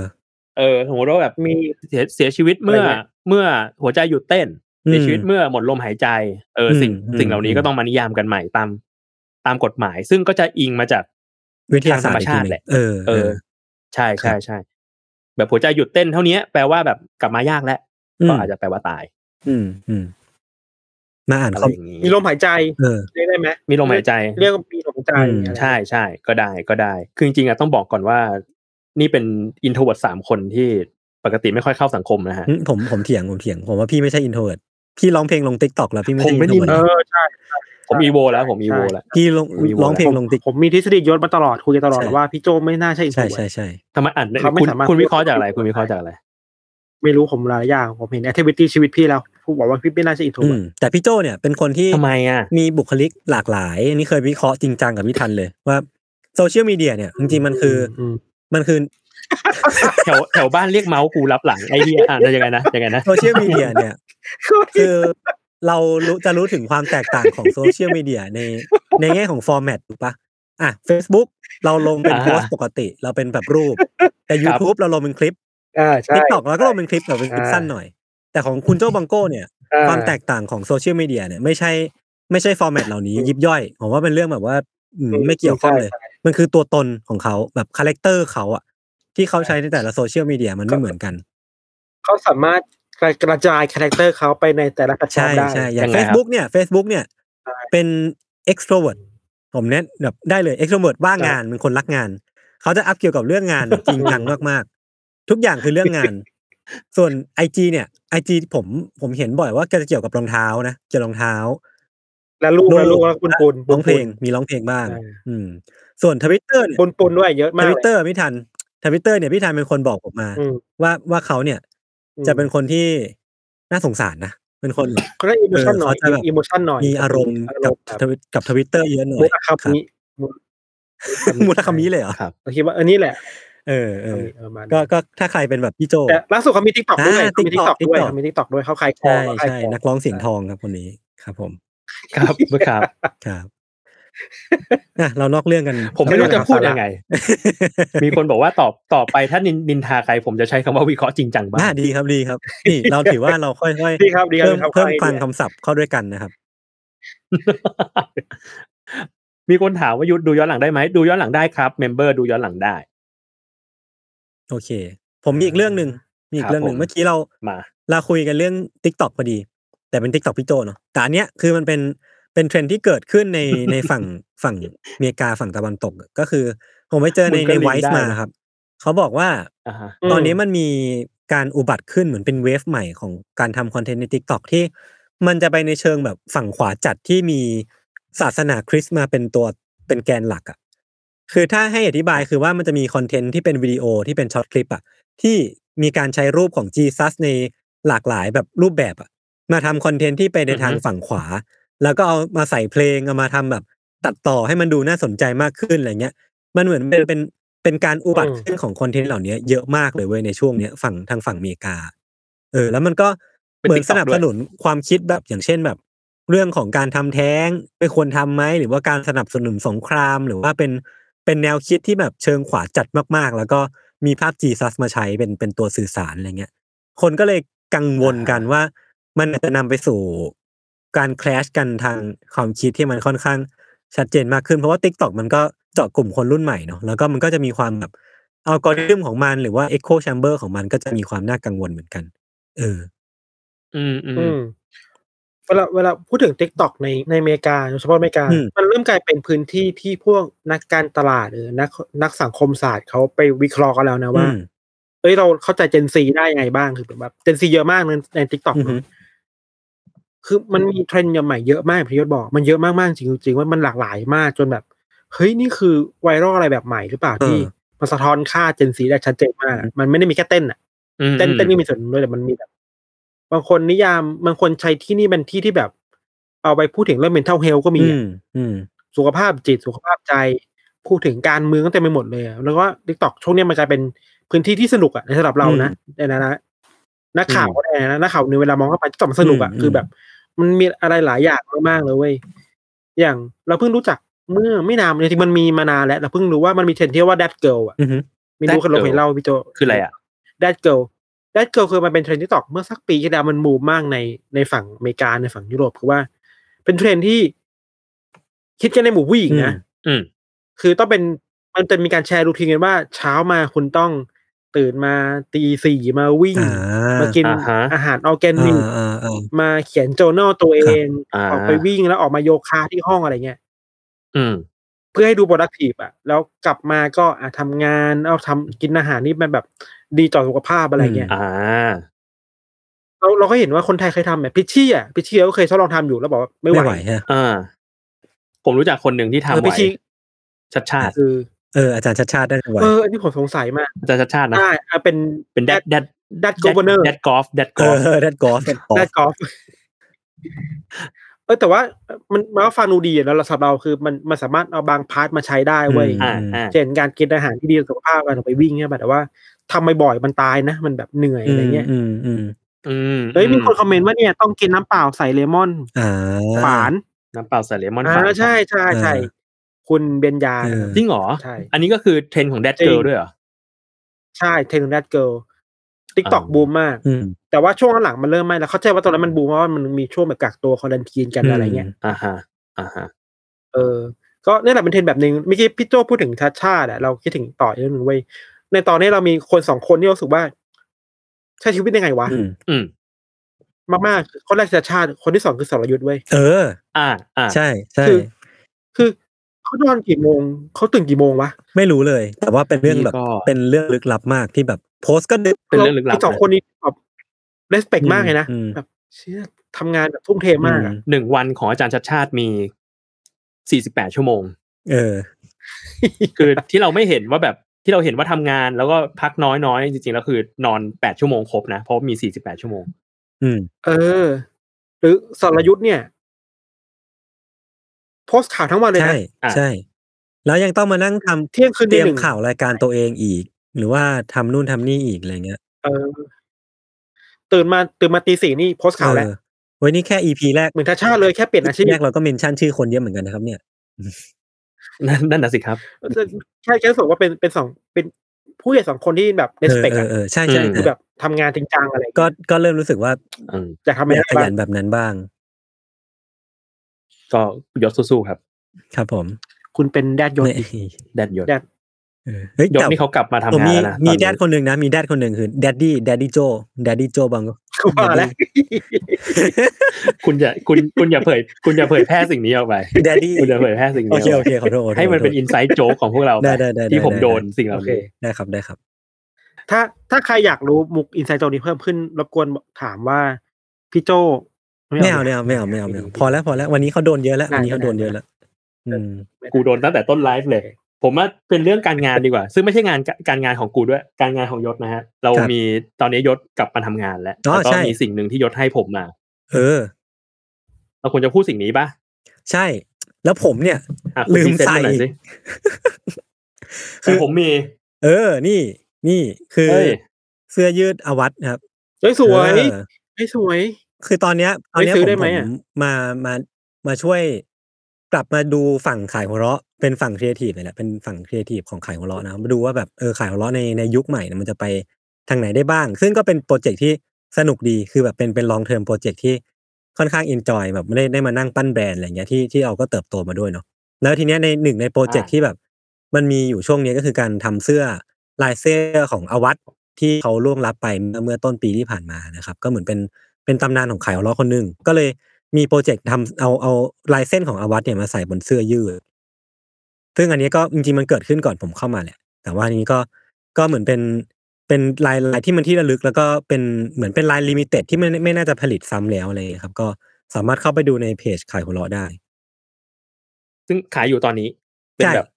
C: เออสมมติว่าแบบ
B: มี
C: เสียเสียชีวิตเมื่อ
B: อะไรเงี้ย
C: เมื่อหัวใจหยุดเต้น เสียชีวิตเมื่อหมดลมหายใจ เอออ
A: ม
C: สิ่ง
A: อืม
C: สิ่งเหล่านี้
A: อืม
C: ก็ต้องมานิยามกันใหม่ตาม ตามกฎหมาย ซึ่งก็จะอิงมาจาก
A: วิทยาศาส
C: ทางธร
A: ตร์
C: รมชาติแหละ
A: เออ
C: เอ
A: เอ
C: อ
A: อ
C: ใช่
A: ครั
C: ใช่
A: บ
C: ใช่แบบหัวใจหยุดเต้นเท่านี้แปลว่าแบบกลับมายากแล้วก็อาจจะแปลว่าตาย
A: อืมอืมมาอ่าน
C: อะไร
A: คอม
C: อย่างนี้
B: มีลมหายใจ
A: เออ
B: เรียกได้ไหม
C: มีลมหายใจ
B: เรียกว่ามีลมหายใจ
A: อืม
B: อะไร
C: ใช่ใช่ก็ได้ก็ได้ คือจริงๆอะต้องบอกก่อนว่า นี่เป็นอินโทรเวิร์ดสามคนที่ปกติไม่ค่อยเข้าสังคมนะฮะ
A: อืมผมผมเถียงผมเถียงผมว่าพี่ไม่ใช่อินโทรเวิร์ดพี่ร้องเพลงลงติ๊กต็อกแล้วพี่ไม่
C: ผ
A: ใช่
C: ม
A: อิ
C: เป็น
A: นโทรเวิร์
B: เอ
A: ด
B: อใช่
C: ผมอีโวแล้วผมอีโว
B: ใช่
C: แล้ว
A: พี่ลง
C: ผมมีวง
A: ร้องเพลงลงติ๊ก
B: ผมมีทฤษฎียศมาตลอดคุยกันตลอด
A: ใช่
B: ว่าพี่โจไม่น่าใช่อินโทร
A: ใช่
B: เวิร์ต
A: ใช่ใช่
C: ทำไมอ่าน
B: เขาไม่
C: คุณ
B: สามารถ
C: คุณวิเคราะห์จากอะไรคุณวิเคราะห์จากอะไร
B: ไม่รู้ผมหลายอย่างผมเห็นแอคทิวิตี้ชีวิตพี่แล้วผมบอกว่าพี่ไม่น่าใช่อินโทร
A: อื
B: เวิ
A: ม
B: ร์ต
A: แต่พี่โจเนี่ยเป็นคนที่
C: ทำไมอ่ะ
A: มีบุคลิกหลากหลายอันนี่เคยวิเคราะห์จริงจังกับพี่ทันเลยว่าโซเชียลมีเดียเนี่ยจริงๆมันคืออ
B: ม
A: มันคือ
C: แถวแถวบ้านเรียกเมาส์กูรับหลังไอเดียอ่านยังไงนะยังไงนะ
A: โซเชียลมีเดียเนี่ย คือเรารู้จะรู้ถึงความแตกต่างของโซเชียลมีเดียในในแง่ของฟอร์แมตถูกปะอ่ะ Facebook เราลงเป็น
C: อ่า
A: โพสต์ปกติ เราเป็นแบบรูป แต่ YouTube เราลงเป็นคลิป
B: อ่าใช่
A: t ิ k t o k เราก็ลงเป็นคลิปแต่เป็นคลิปสั้นหน่อย แต่ของคุณโจบังโก้เนี่ย
B: อ่
A: ความแตกต่างของโซเชียลมีเดียเนี่ยไม่ใช่ไม่ใช่ฟอร์แมตเหล่านี้ยิบย่อยผมว่าเป็นเรื่องแบบว่าอืมไม่เกี่ยวข้องเลย
B: ใช่ใช่
A: มันคือตัวตนของเขาแบบคาแรคเตอร์เขาอะที่เขาใช้ในแต่ละโซเชียลมีเดียมันไม่เหมือนกัน
B: เขาสามารถกระจายคาแรคเตอร์เขาไปในแต่ละแพลตฟอ
A: ใช่
B: ร์มได้
A: ใช่อย่า
C: ยัง งไงครับ
A: Facebook เนี่ย Facebook เนี่ย
B: ใช่
A: เป็น extrovert ผมเน้นแบบได้เลย extrovert ว่างงานเป็นคนรักงาน เขาจะอัพเกี่ยวกับเรื่อง งานแบบจริงจังมากๆ ทุกอย่างคือเรื่องงาน ส่วน IG เนี่ย IG ผมผมเห็นบ่อยว่าจะเกี่ยวกับรองเท้านะเกี่ยวกับรองเท้า
B: แล้วลูกแล้วลูกแล้วคุณปุน
A: ร้องเพลงมีร้องเพลงบ้าง
B: ใช่
A: อืม ส่วนทวิตเตอร์เนี่ย
B: ปุนปุนด้วยเยอะ
A: ท
B: มาก
A: วิตเตอร์พี่ทันทวิตเตอร์เนี่ยพี่ทันเป็นคนบอกผมมา
B: อืม
A: ว่าว่าเขาเนี่ย
B: อืม
A: จะเป็นคนที่น่าสงสารนะเป็นคนแบบ
B: เขาได้อิโมชันหน่อย
A: เออเขาจะแบบ
B: อิโมชันหน่อย
A: มีอารมณ์กับทวิตกับทวิตเตอร์เยอะหน่อย
B: มุกคำนี้
A: ครับมูลคำนี้เลยเหรอ
C: ครับ
B: เราคิดว่าเออนี่แหละ
A: เออเออ
B: เออมา
A: ก็ก็ถ้าใครเป็นแบบพี่โจ
B: แต่ล่าสุดเขามีทิกตอกด้วย
A: อ่า
B: เขามีทิกตอก
A: TikTok
B: ด้วย
A: TikTok
B: เขามีทิกตอกด้วยเขาขายของ
A: ใช่
B: เขาขาย
A: ใช่
B: ของ
A: นักร้องเสียงทองครับคนนี้ครับ ผม
C: ครับครับ
A: ครับอ่ะเรานอกเรื่องกัน
C: ผมไม่รู้จะพูดยังไง มีคนบอกว่าตอบตอบไปถ้านินนินทาใครผมจะใช้คำว่าวิเคราะห์จริงจังบ้า
A: อ่าง ดีครับดีครับ นี่เราถือว่าเราค่อยๆ
B: ดีครับดีครับ
A: เพิ่ม
B: ดีรับ
A: เพิ่มคลัง
B: ขา
A: คำศัพท์เข้าด้วยกันนะครับ
C: มีคนถามว่ายุทธดูย้อนหลังได้ไหมดูย้อนหลังได้ครับเมมเบอร์ดูย้อนหลังได้
A: โอเค ผมมีอีกเรื่องหนึ่งมีอี
C: ครับ
A: กเรื่องหนึ่
C: ผ
A: ง
C: ม
A: เมื่อกี้เรา
C: มา
A: เราคุยกันเรื่อง t ิ k t o k พอดี แต่เป็น t ิ k t o k พี่โจเนาะแต่อันเนี้ยคือมันเป็นเป็นเทรนด์ที่เกิดขึ้นใน ในฝั่ง ฝั่งอเมริกาฝั่งตะวันตก ก็คือ ผมไปเจอในในไวซ์มาครับ เขาบอกว่า
C: อ่าฮะ
B: ม
A: ตอนนี้มันมีการอุบัติขึ้นเหมือนเป็นเวฟใหม่ของการทำคอนเทนต์ใน t ิ k t o k ที่มันจะไปในเชิงแบบฝั่งขวาจัดที่มีศาสนาคริสต์มาเป็นตัวเป็นแกนหลักอะ่ะคือถ้าให้อธิบายคือว่ามันจะมีคอนเทนต์ที่เป็นวิดีโอที่เป็นช็อตคลิปอะ่ะที่มีการใช้รูปของจีซัสในหลากหลายแบบรูปแบบอะ่ะมาทำคอนเทนต์ที่ไปในทาง
C: อือฮึ
A: ฝั่งขวา แล้วก็เอามาใส่เพลงเอามาทำแบบตัดต่อให้มันดูน่าสนใจมากขึ้นอะไรเงี้ย มันเหมือนเป็นเป็นเป็นการอุบัติขึ้นของคอนเทนต์เหล่านี้เยอะมากเลยเว้ยในช่วงเนี้ยฝั่งทางฝั่งอเมริกา เออ แล้วมันก็
C: เป็น
A: เหมือนส
C: TikTok
A: นับสนุนความคิดแบบอย่างเช่นแบบ เรื่องของการทำแท้งไม่ควรทำไหมหรือว่าการสนับสนุนสงครามหรือว่าเป็นเป็นแนวคิดที่แบบเชิงขวาจัดมากๆ แล้วก็มีภาพจีซัสมาใช้เป็นเป็นตัวสื่อสารอะไรเงี้ย คนก็เลยกังวลกันว่า มันอาจจะนำไปสู่การแคลชกันทางความคิดที่มันค่อนข้างชัดเจนมากขึ้น เพราะว่า t ิ k t o k มันก็เจาะกลุ่มคนรุ่นใหม่เนาะแล้วก็มันก็จะมีความแบบ อัลกอริทึมของมันหรือว่า Echo Chamber ของมันก็จะมีความน่ากังวลเหมือนกัน เออ
C: อืมอื
B: อื
C: ม
B: มเวลาเวลาพูดถึง t ิ k t o k ในในอเมริกาโดยเฉพาะอเมริกา
A: อืม
B: มันเริ่มกลายเป็นพื้นที่ที่พวกนักการตลาดหรือนักนักสังคมศาสตร์เขาไปวิเคราะห์กันแล้วนะว่า
A: อืม
B: เอ้ยเราเข้าใจเจนซีได้ยังไงบ้างคือแบบเจนซีเยอะมากในในทิกตอก
A: อือฮึ
B: คือมันมีเทรนด์ใหม่ๆเยอะมากอย่างที่ยศบอกมันเยอะมากๆจริงๆจริงๆว่ามันหลากหลายมากจนแบบเฮ้ยนี่คือไวรัลอะไรแบบใหม่หรือเปล่าที่มันสะท้อนค่าเจนซีได้ชัดเจนมากอะมันไม่ได้มีแค่เต้นอะ
C: อืม
B: เต้นเต้นก็มีส่วนหนึ่งด้วยแต่มันมีแบบ บางคนนิยามบางคนใช้ที่นี่เป็นที่ที่แบบ เอาไปพูดถึงเรื่อง mental health ก็มี
A: อื
B: อะ
A: มอืม
B: สุขภาพจิตสุขภาพใจ พูดถึงการเมืองก็เต็มไปหมดเลยอะแล้วก็ทิกตอกช่วงเนี้ยมันกลายเป็นพื้นที่ที่สนุกอะในสำหรับเรานะในฐานะนักข่าวก็ได้นะนักข่าวในยเวลามองเข้าไปทิกตอกสนุกอะ
A: อืม
B: คือแบบ มันมีอะไรหลายอย่างมากๆเลยเว้ยอย่างเราเพิ่งรู้จักเมื่อไม่นานจริงๆมันมีมานานแล้วเราเพิ่งรู้ว่ามันมีเทรนด์ที่ว่าแดดเกิลอะ
A: อือฮึ
B: ไม่รู้คนเราเคยเล่าพี่โจ
C: คืออะไรอ่ะ
B: แดดเกิลแดดเกิลคือมันเป็นเทรนด์ทิกตอกเมื่อสักปีที่แล้วมันบูมมากในในฝั่งอเมริกาในฝั่งยุโรปคือว่า เป็นเทรนด์ที่คิดกันในหมู่ผู้หญิงนะ
C: อืม
B: คือต้องเป็นมันจะมีการแชร์รูทีนกันว่าเช้ามาคุณต้องตื่นมาตีสี่มาวิ่ง
A: อ่า
B: มากิน
C: อ่าฮะ
B: อาหารออร์แกนิก
A: อ่าอ่าอ่า
B: มาเขียนโจนอลตัวเอง
C: อ่า
B: ออกไปวิ่งแล้วออกมาโยคะที่ห้องอะไรเงี้ย
C: อืม
B: เพื่อให้ดู productive อ่ะ แล้วกลับมาก็อ่ะทำงานเอาทำกินอาหารนี่มันแบบดีต่อสุขภาพอะไรเงี้ย
C: อ่า
B: เราเราก็เห็นว่าคนไทยเคยทำแบบพิชชี่อ่ะพิชชี่ก็เคยชอบลองทำอยู่แล้วบอกว่าไม่
A: ไม่
B: ไห
A: ไหว
B: ว
A: ฮะ
C: อ่า ผมรู้จักคนหนึ่งที่ทำ
B: เออ
C: ไว้
B: พี่ชิ
C: ชัดชาติ
B: คือ
A: เอออาจารย์ชัดชาติได้ไหว
B: เอออันนี้ผมสงสัยมาก
C: อาจารย์ชัดชาตินะ
B: อ่าอ่ะเป็น
C: เป็นแดดแดด
B: แดด governor
C: แดดกอล์ฟแดดก
A: เอ
C: อล์ฟ
A: อดัดกอล์ฟดัดกอ
B: ได้
A: ล์ฟ
B: กอล์ฟ เออแต่ว่ามันมันก็ฟังดูดีอะแล้วสำหรับเราคือมันมันสามารถเอาบางพาร์ทมาใช้ได้เว้ย
C: อ่าอ่า
B: เช่นการกินอาหารที่ดีต่อสุขภาพการออกไปวิ่งเนี่ยแบบแต่ว่าทำบ่อยๆมันตายนะ มันแบบเหนื่อยอะไรเงี้ย
A: อืมอืม
C: อืม
B: เอ้ยมีคนคอมเมนต์ว่าเนี่ยต้องกินน้ำเปล่าใส่เลมอน
A: อ่า
B: ฝาน
C: น้ำเปล่าใส่เลมอน
B: อ่า
C: ฝาน
B: ใช่ใช่ใช่
A: เออ
B: คุณเบญญา
A: เออ
C: จริงเหรอ
B: ใช่
C: อันนี้ก็คือเทรนด์ของแดดเกิลด้วยเหรอ
B: ใช่เทรนด์แรดเกิลติ๊กต็อก
C: อ่า
B: บูมมาก
A: อืม
B: แต่ว่าช่วงหลังๆมันเริ่มไม่แล้วเข้าใจว่าตอนนั้นมันบูมเพราะว่ามันมีช่วงแบบกักตัวคอนทีนกันอะไรเงี้ย
C: อ่าฮะอ่าฮะ
B: เออ ก็นี่แหละเป็นเทรนด์แบบหนึ่งเมื่อกี้พี่โจพูดถึงชาติชาติอะเราคิดถึงต่ออีกเรื่องหนึ่งเว้ยในตอนนี้เรามีคนสองคนที่เรารู้สึกว่า ใช้ชีวิตยังไงวะ
A: อืม
C: อืม
B: มากๆคือคนแรกคือชาติชาติ คนที่สองคือสรยุทธ์เว้ย
A: เออ
C: อ่า อ่า
A: ใช่ใช่
B: คือ คือเขานอนกี่โมงเขาตื่นกี่โมงวะ
A: ไม่รู้เลย แต่ว่าเป็นเรื่องแบบ
C: นี่ก็
A: เป็นเรื่องลึกลับมากที่แบบโพสต์ก็ดึก
C: เป็นเรื่องลึกลับ
B: าไสองคนนี้แบบเลสเปกมากเลยนะ
A: อืม
B: แบบเชี่ยทำงานแบบทุ่มเทมากอะ
C: หนึ่งวันของอาจารย์ชัดชาติมี 48 ชั่วโมง
A: เออ
C: คือที่เราไม่เห็นว่าแบบที่เราเห็นว่าทำงานแล้วก็พักน้อยน้อยๆจริงๆแล้วคือนอน 8 ชั่วโมงครบนะ เพราะมี 48 ชั่วโมง
A: อืม
B: เออ หรือสรยุทธ์เนี่ย โพสต์ข่าวทั้งวันเลย
A: ใช่
B: นะ
C: อ่ะ
A: ใช่ แล้วยังต้องมานั่งทำ
B: เที่ยงคืน
A: เต
B: ตี
A: รียม
B: หนึ่ง
A: ข่าวรายการตัวเองอีก หรือว่าทำนู่นทำนี่อีกอะไรเงี้ย
B: เออ ตื่นมาตื่นมาตีสี่นี่โพสต์ข่าวแล้ว
A: เออเวันนี้แค่อีพีแรก
B: เหมือนทาชาเลยแค่เปลี่ยนอาชีพ
A: แรกเราก็เมนชั่นชื่อคนเยอะเหมือนกันนะครับเนี่ย
C: นั่นนั่นนะสิครับ
B: แค่แค่รู้สึกว่าเป็นเป็นสองเป็นผู้ใหญ่สองคนที่แบบเร
A: เอ
B: ส
A: อ
B: เปก
A: เออ
B: อะ
A: เออใช่ใช่
C: อืม
B: คือ
A: แบ
B: แบบ บทำงานจริงจังอะไร
A: ก็ก็เริ่มรู้สึกว่า
C: อืม
B: อยากทำอะ
A: อ
B: ไร
A: ยากข
B: บ้า
A: ยั
B: ง
A: นแบบนั้นบ้าง
C: ก็ยศสู้ๆครับ
A: ครับผม
B: คุณเป็นแดดยศ
A: ไม่
C: แดดยศ
B: แดด
A: เออเฮ้ย
C: ยศ
A: แต่
C: นี่เขากลับมา
A: เออง
C: ทำาน
A: มี
C: แล้วนะ
A: มี
C: ตอน
A: แด
C: นี้
A: ดคนหนึ่งนะ มีแดดคนหนึ่งคือแดดดี้แดดดี้โจแดดดี้โจบังก็
B: ว่าแล้ว
C: คุณอย่าคุณคุณอย่าเผย คุณอย่าเผยแพร่สิ่งนี้ออกไป
A: Daddy
C: คุณอย่าเผย แพร่สิ่ง
A: โอ
C: นี้
A: เค
C: กไป
A: โอเค ขอโทษขอโทษ
C: ให้มันเป็น
A: ข
C: อิ
A: โทษ
C: นไซต์โจ๊กของพวกเราป
A: ได้ได้ได้
C: ที่ผม
A: ได้ได้
C: โดนสิ่งเห
B: โอ
C: ล่า
B: เค
C: นี้
A: ได้ครับได้ครับ
B: ถ้าถ้าใครอยากรู้มุกอินไซต์ตรงนี้เพิ่มขึ้นรบกวนถามว่าพี่โจ
A: ไม่เอาไม่เอาไม่เอาไม่เอาไม่เอาพอแล้วพอแล้ววันนี้เขาโดนเยอะแล้ว
B: ได้
A: วันนี้เขา
B: ได้
A: โดนเยอะแล้วอืม
C: กูโดนตั้งแต่ต้นไลฟ์เลย ผมว่าเป็นเรื่องการงานดีกว่า ซึ่งไม่ใช่งานการงานของกูด้วย การงานของยศนะฮะ เรามีตอนนี้ยศกลับมาทำงานแล้วแล้วก็มีสิ่งหนึ่งที่ยศให้ผมมา
A: เออ
C: เราควรจะพูดสิ่งนี้ปะ
A: ใช่ แล้วผมเนี่ย
C: อ่ะคุณ
A: ลืม
C: พรีเซนต์าหน่อย
A: ใส่
C: สิแต่ผมมี
A: เออ นี่นี่คือ
C: เฮ้ย
A: เสื้อยืดอวัตครับ
B: เฮ้ยสวย
A: เออ
B: เฮ้ยสวย
A: คือตอนเนี้ยตอนเนี้ย
B: เฮ้ยซื้อ
A: ผม
B: ได้
A: ผ
B: ไหมอะ
A: มมามามาช่วยกลับมาดูฝั่งขายหัวเราะเป็นฝั่งครีเอทีฟเลยแหละเป็นฝั่งครีเอทีฟของขายหัวเราะนะมาดูว่าแบบเออขายหัวเราะในในยุคใหม่เนี่ยมันจะไปทางไหนได้บ้าง ซึ่งก็เป็นโปรเจกต์ที่สนุกดีคือแบบเป็นเป็นลองเทอมโปรเจกต์ที่ค่อนข้างอินจอยแบบไม่ได้ได้มานั่งปั้นแบรนด์อะไรเงี้ยที่ที่เราก็เติบโตมาด้วยเนาะแล้วทีเนี้ยในหนึ่งในโปรเจกต์ที่แบบ มันมีอยู่ช่วงเนี้ยก็คือการทำเสื้อ ลายเสื้อของอวัตที่เขาล่วงลับไปเมื่อเมื่อต้นปีที่ผ่านมานะครับ ก็เหมือนเป็นเป็นตำนานของไขายอลล้อคนหนึ่งก็เลยมีโปรเจกต์ทำเอาเอาลายเส้นของอวัตเนี่ยมาใส่บนเสื้อยืด ซึ่งอันนี้ก็จริงๆมันเกิดขึ้นก่อนผมเข้ามาแหละ แต่ว่าอันนี้ก็ก็เหมือนเป็นเป็นลายลายที่มันที่ระลึก แล้วก็เป็นเหมือนเป็นลายลิมิเต็ดที่ไม่ไม่น่าจะผลิตซ้ำแล้วอะไรอย่างเงี้ยครับ ก็สามารถเข้าไปดูในเพจขายหัวเราะได้
C: ซึ่งขายอยู่ตอนนี้ เป็น
A: ใช่
C: แบบ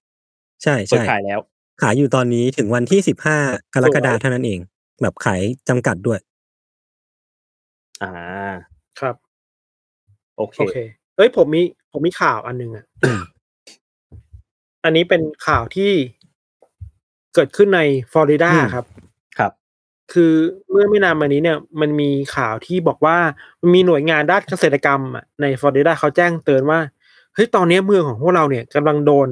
A: ใช่
C: เปิด
A: ใช่
C: ขายแล้ว
A: ขายอยู่ตอนนี้ถึงวันที่สิบห้ากรกฎาคมเท่านั้นเอง แบบขายจำกัดด้วย
C: อ่า
B: ครับ
C: โอเค
B: โอเค เอ้ยผมมีผมมีข่าวอันหนึงอ่ะ อันนี้เป็นข่าวที่เกิดขึ้นในฟลอริดา
A: อืม
B: ครับ
C: ครับ
B: คือเมื่อไม่นานมานี้เนี่ย มันมีข่าวที่บอกว่ามันมีหน่วยงานด้านเกษตรกรรมอะในฟลอริดาเขาแจ้งเตือนว่าเฮ้ยตอนนี้เมืองของพวกเราเนี่ยกำลังโดน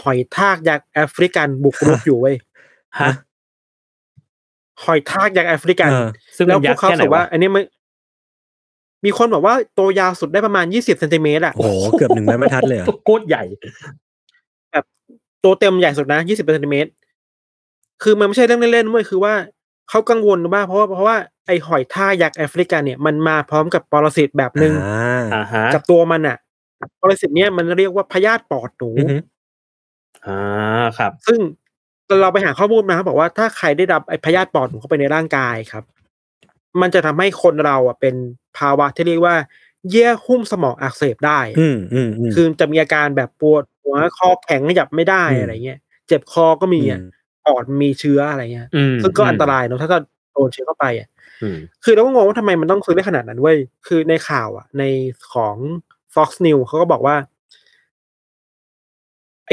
B: หอยทากยักษ์แอฟริกันบุกรุกอยู่เว้ย
C: ฮะ
B: หอยทากยักษ์แอฟริกัน
A: เออ
C: ซึ่ง
B: แล้
C: มัยั
B: วน พ
C: ก
B: วก
C: ษ์
B: เขา
C: แค่ไหน
B: บอก
C: วะ
B: ว่า อันนี้มันมีคนบอกว่าตัวยาวสุดได้ประมาณยี่สิบเซนติเมตรอะ
A: โอ้โหเกือบหนึ่งไม้บรรทัดเลยเหรอ
C: โคตรใหญ่
B: แบบตัวเต็มใหญ่สุดนะยี่สิบเซนติเมตรคือมันไม่ใช่เรื่องเล่นๆเว้ยคือว่าเขากังวลมากเพราะว่าเพราะว่าไอหอยทากยักษ์แอฟริกันเนี่ยมันมาพร้อมกับปรสิตแบบหนึ่ง
A: อ่า
C: อ่าฮะ
B: กับตัวมันอ่ะปรสิตเนี่ยมันเรียกว่าพยาธิปอดหนู
A: อือฮึ
C: อ่าครับ
B: ซึ่งเราไปหาข้อมูลมาเขาบอกว่าถ้าใครได้รับไอ้พยาธิปอดหนูเข้าไปในร่างกายครับ มันจะทำให้คนเราอ่ะเป็นภาวะที่เรียกว่า เยื่อหุ้มสมองอักเสบได้
A: อืมอืมอืม
B: คือจะมีอาการแบบปวดหัวคอแข็งขยับไม่ได้
A: อืม
B: อะไรเงี้ยเจ็บคอก็มีอ่ะปอดมีเชื้ออะไรเงี้ย
C: อืม
B: ซึ่งก็อันตรายเนอะถ้าจะโดนเชื้อเข้าไปอ่ะ
C: อืม
B: คือเราก็งงว่าทำไมมันต้องซื้อได้ขนาดนั้นเว้ย คือในข่าวอ่ะ ในของ Fox News เขาก็บอกว่า ไอ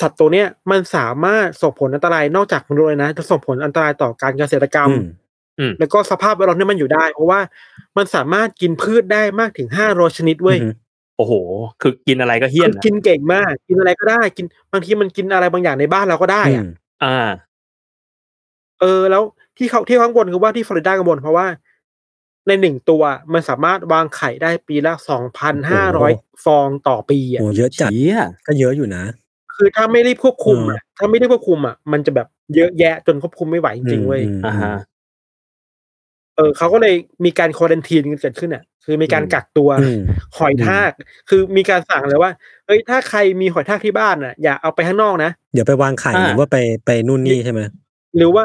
B: สัตว์ตัวเนี้ย มันสามารถส่งผลอันตรายนอกจากมนุษย์เลยนะจะส่งผลอันตรายต่อการเกษตรกรรม
A: อืม
C: อืม
B: แล้วก็สภาพแวดล้อมที่มันอยู่ได้ เพราะว่ามันสามารถกินพืชได้มากถึงห้าร้อยชนิดเว้ย
A: อือฮึ
C: โอ้โห คือกินอะไรก็เฮี้ยน
B: คือ
C: อะ
B: กินเก่งมาก กินอะไรก็ได้กินบางทีมันกินอะไรบางอย่างในบ้านเราก็ได้อะ
A: อืม
C: อ่า
B: เออแล้วที่เขาที่เขากังวลคือว่าที่ฟลอริดากังวลเพราะว่า ในหนึ่งตัวมันสามารถวางไข่ได้ปีละสองพันห้าร้อยฟองต่อปีอ่ะ
A: โอ้เยอะจัด
C: เชี่ย
A: ก็เยอะอยู่นะ
B: คือถ้าไม่รีบควบคุมอ่ะถ้าไม่รีบควบคุมอ่ะมันจะแบบเยอะแยะจนควบคุมไม่ไหวจริงๆเว้ย
A: อืม
C: อ่าฮะ
B: เออเขาก็เลยมีการควอรันทีนกันเกิดขึ้นอ่ะ คือมีการกักตัว
A: อืม
B: หอยทาก คือมีการสั่งเลยว่าเอ้ยถ้าใครมีหอยทากที่บ้านอ่ะ อย่าเอาไปข้างนอกนะ
A: เดี๋ยวไปวางไข่
C: อ่า
A: หรือว่าไปไปนู่นนี่ใช่ไหม
B: หรือว่า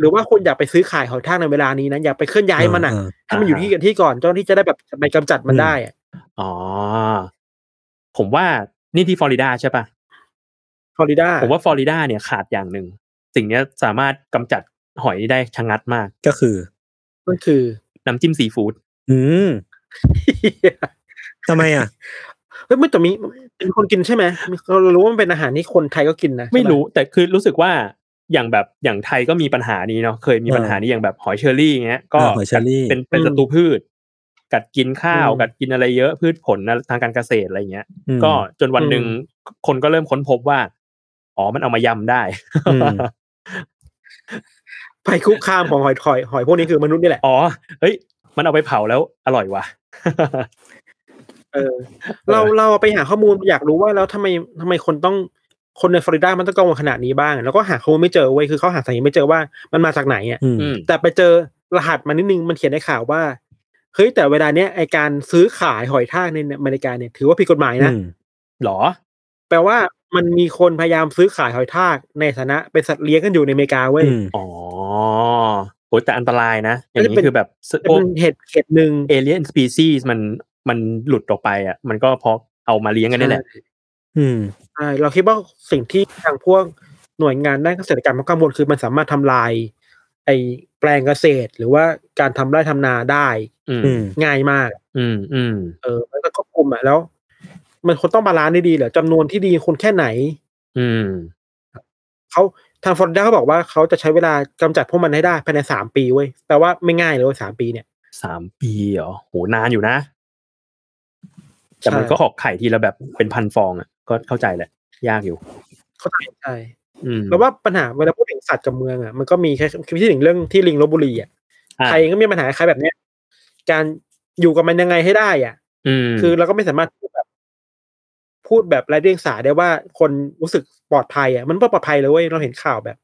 B: หรือว่าคุณอย่าไปซื้อขายหอยทากในเวลานี้นะอย่าไปเคลื่อนย้ายมันอ่ะ
A: เ
B: ให้มันอยู่ที่กันที่ก่อนเจ้าหน้าที่จะได้แบบไปกำจัดมันได้อะ
C: อ๋อ ผมว่านี่ที่ฟลอริดาใช่ปะ
B: ฟลอริดา
C: ผมว่าฟลอริดาเนี่ยขาดอย่างหนึ่ง สิ่งเนี้ยสามารถกำจัดหอยได้ชะงัดมาก
A: ก็คือ
B: ก็คือ
C: น้ำจิ้มซีฟู้ด
A: อืมทำไมอ่ะ
B: เฮ้ยมันแต่มีเป็นคนกินใช่ไหมมีเรารู้ว่ามันเป็นอาหารที่คนไทยก็กินนะ
C: ไม่รู้
B: ใช่ป
C: แต่คือรู้สึกว่าอย่างแบบอย่างไทยก็มีปัญหานี้เนาะเคยมี
A: เออ
C: ปัญหานี้อย่างแบบหอยเชอรี่เงี้ยก็
A: อ่าหอยเชอรี่
C: เป็นเป็นศัตรูพืช กัดกินข้าว กัดกินอะไรเยอะพืชผลนะทางการเกษตรอะไรเงี้ย
A: อืม
C: ก็จนวันหนึ่งคนก็เริ่มค้นพบว่า อ๋อมันะเอามายำได้
A: อืม
B: ะภัยคุกคามของหอยหอยหอยพวกนี้คือมนุษย์นี่แหละ
C: อ๋อเฮ้ย มันเอาไปเผาแล้วอร่อยว่ะ
B: เออเราเราไปหาข้อมูลอยากรู้ว่าแล้วทำไมทำไมคนต้องคนในฟลอริดามันต้องกังวลขนาดนี้บ้าง แล้วก็หาข้อมูลไม่เจอเว้ยคือเขาหาสาเหตุไม่เจอว่ามันมาจากไหนอ่ะ
A: อืม
C: อืม
B: แต่ไปเจอรหัสมานิดนึงมันเขียนในข่าวว่าเฮ้ยแต่เวลาเนี้ยไอการซื้อขายหอยทากในอเมริกาเนี่ยถือว่าผิดกฎหมายนะ
C: หรอ
B: แปลว่ามันมีคนพยายามซื้อขายหอยทากในฐานะเป็นสัตว์เลี้ยงกันอยู่ในอเมริกาเว้ย
A: อืม
C: อ๋อโอ้ยแต่อันตรายนะ อย่างนี้
B: เป็น
C: คือแบบ
B: แต่
C: พวก
B: เป็นเหตุเหตุหนึ่ง
C: เอเลียนสปีซีส์มันมันหลุดออกไปอ่ะ มันก็เพราะเอามาเลี้ยงกันนี่แหละ
A: อืม
B: ใช่เราคิดว่าสิ่งที่ทางพวกหน่วยงานด้านเกษตรกรรมเขากังวลคือมันสามารถทำลาย ไอแปลงเกษตร หรือว่าการทำไร่ทำนาได้
C: อืม
A: อืม
B: ง่ายมาก
C: อืมอืม
B: เออมันก็ควบคุมอ่ะแล้ว มันคนต้องบาลานซ์ได้ดีเหรอจำนวนที่ดีคนแค่ไหน
C: อืม
B: เขาทางฟลอริดาเขาบอกว่าเขาจะใช้เวลากำจัดพวกมันให้ได้ภายในสามปีเว้ยแปลว่าไม่ง่ายเลยเว้ยสามปีเนี่ย
C: สามปีเหรอโหนานอยู่นะ แต่มันก็ออกไข่ทีละแบบเป็นพันฟองอ่ะ ก็เข้าใจแหละ ยากอยู่
B: เข้าใจใช่
C: อืม
B: เพราะว่าปัญหาเวลาพูดถึงสัตว์กับเมืองอ่ะมันก็มีแค่คิดถึงเรื่องที่ลิงลบบุรีอ่ะ
C: อ่ะ
B: ใครก็มีปัญหาคล้ายแบบเนี้ยการอยู่กับมันยังไงให้ได้อ่ะ
C: อืม
B: คือเราก็ไม่สามารถพูดแบบ พูดแบบไร้เดียงสาได้ว่าคนรู้สึกปลอดภัยอ่ะมันไม่ปลอดภัยเลยเว้ยเราเห็นข่าวแบบ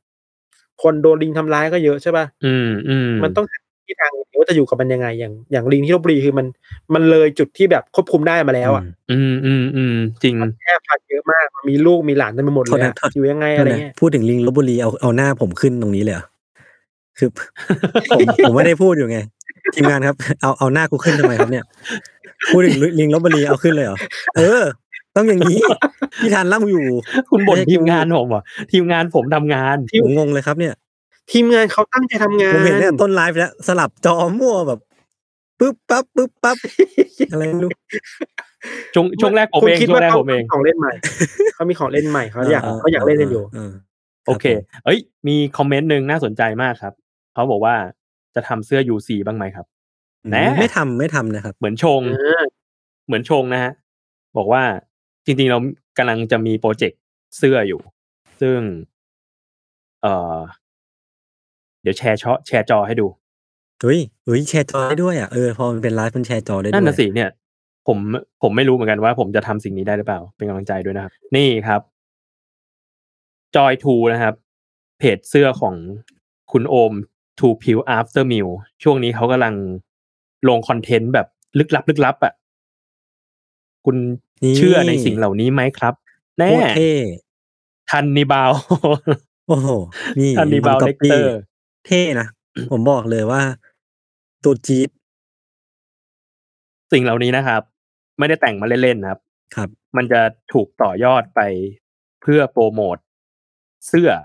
B: คนโดนลิงทำร้ายก็เยอะใช่ป่ะ
C: อืมอืม
B: มันต้องหาที่ทางว่าจะอยู่กับมันยังไง อย่างอย่างลิงที่ลบบุรีคือมันมันเลยจุดที่แบบควบคุมได้มาแล้วอ่ะ
C: อืมอืมอืมจริง
B: แค่พันธุ์เยอะมากมันมีลูกมีหลานเต็มไปหมดเลยอะ
A: โทษนะโทษ
B: อยู่ยังไง
A: เดี๋
B: อะ
A: ยว
B: ไร
A: นะ
B: เงี้ย
A: พูดถึงลิงลบบุรีเอาเอาหน้าผมขึ้นตรงนี้เลยเหรอคือ ผม ผมไม่ได้พูดอยู่ไง ทีมงานครับ เอาเอาหน้ากูขึ้นทำไมครับเนี่ย พูดถึงลิงลบบุรีเอาขึ้นเลยเหรอเออ ต้องอย่างนี้พี่ทานล่ำอยู่
C: คุณบ่นทีมงานผมเหรอทีมงานผมทำงาน
A: ผมงงเลยครับเนี่ย
B: ทีมงานเขาตั้งใจทำงาน
A: ผมเห็นเนี่ยต้นไลฟ์แล้ว สลับจอมั่วแบบปึ๊บปั๊บปึ๊บปั๊บอะไรไม่รู้
C: ช่วงช่วงแรกผม
B: คุณ
C: เอง
B: คิด
C: ช่ว
B: ว่าง
C: แรก
B: เขา
C: ผมเอง
B: ของเล่นใหม่ เขามีของเล่นใหม่ เขาอยากเขาอยากเล่นกันอยู่
C: โอเค เอ้ย มีคอมเมนต์หนึ่งน่าสนใจมากครับ เขาบอกว่าจะทำเสื้อ UC บ้างไหมครับ แน่
A: ไม่ทำไม่ทำนะครับ
C: เหมือนชง เหมือนชงนะฮะ บอกว่าจริงๆเรากำลังจะมีโปรเจกต์เสื้ออยู่ ซึ่ง เออเดี๋ยวแชร์ช่อแชร์จอให้ดู
A: เฮ้ยเฮ้ยแชร์จอได้ด้วยอ่ะ เออ พอมันเป็นไลฟ์มันแชร์จอได้ด้วย
C: นั่นนะสิเนี่ย ผมผมไม่รู้เหมือนกันว่า ผมจะทำสิ่งนี้ได้หรือเปล่า เป็นกำลังใจด้วยนะครับ นี่ครับ จอยทูนะครับ เพจเสื้อของคุณโอมทูพิว after meal ช่วงนี้เขากำลังลงคอนเทนต์แบบลึกลับลึกลับอ่ะ คุณ
A: นี่
C: เชื่อในสิ่งเหล่านี้ไหมครับ แน่
A: โคตรเท่
C: ทันนิบาว
A: โอ้โห นี่
C: ทันนิบาว
A: มั
C: เล
A: ก็
C: กเตอร์
A: เท่นะ ผมบอกเลยว่า ตัวจี๊ด
C: สิ่งเหล่านี้นะครับ ไม่ได้แต่งมาเล่นๆนะครับ
A: ครับ
C: มันจะถูกต่อยอดไปเพื่อโปรโมทเสื้ออ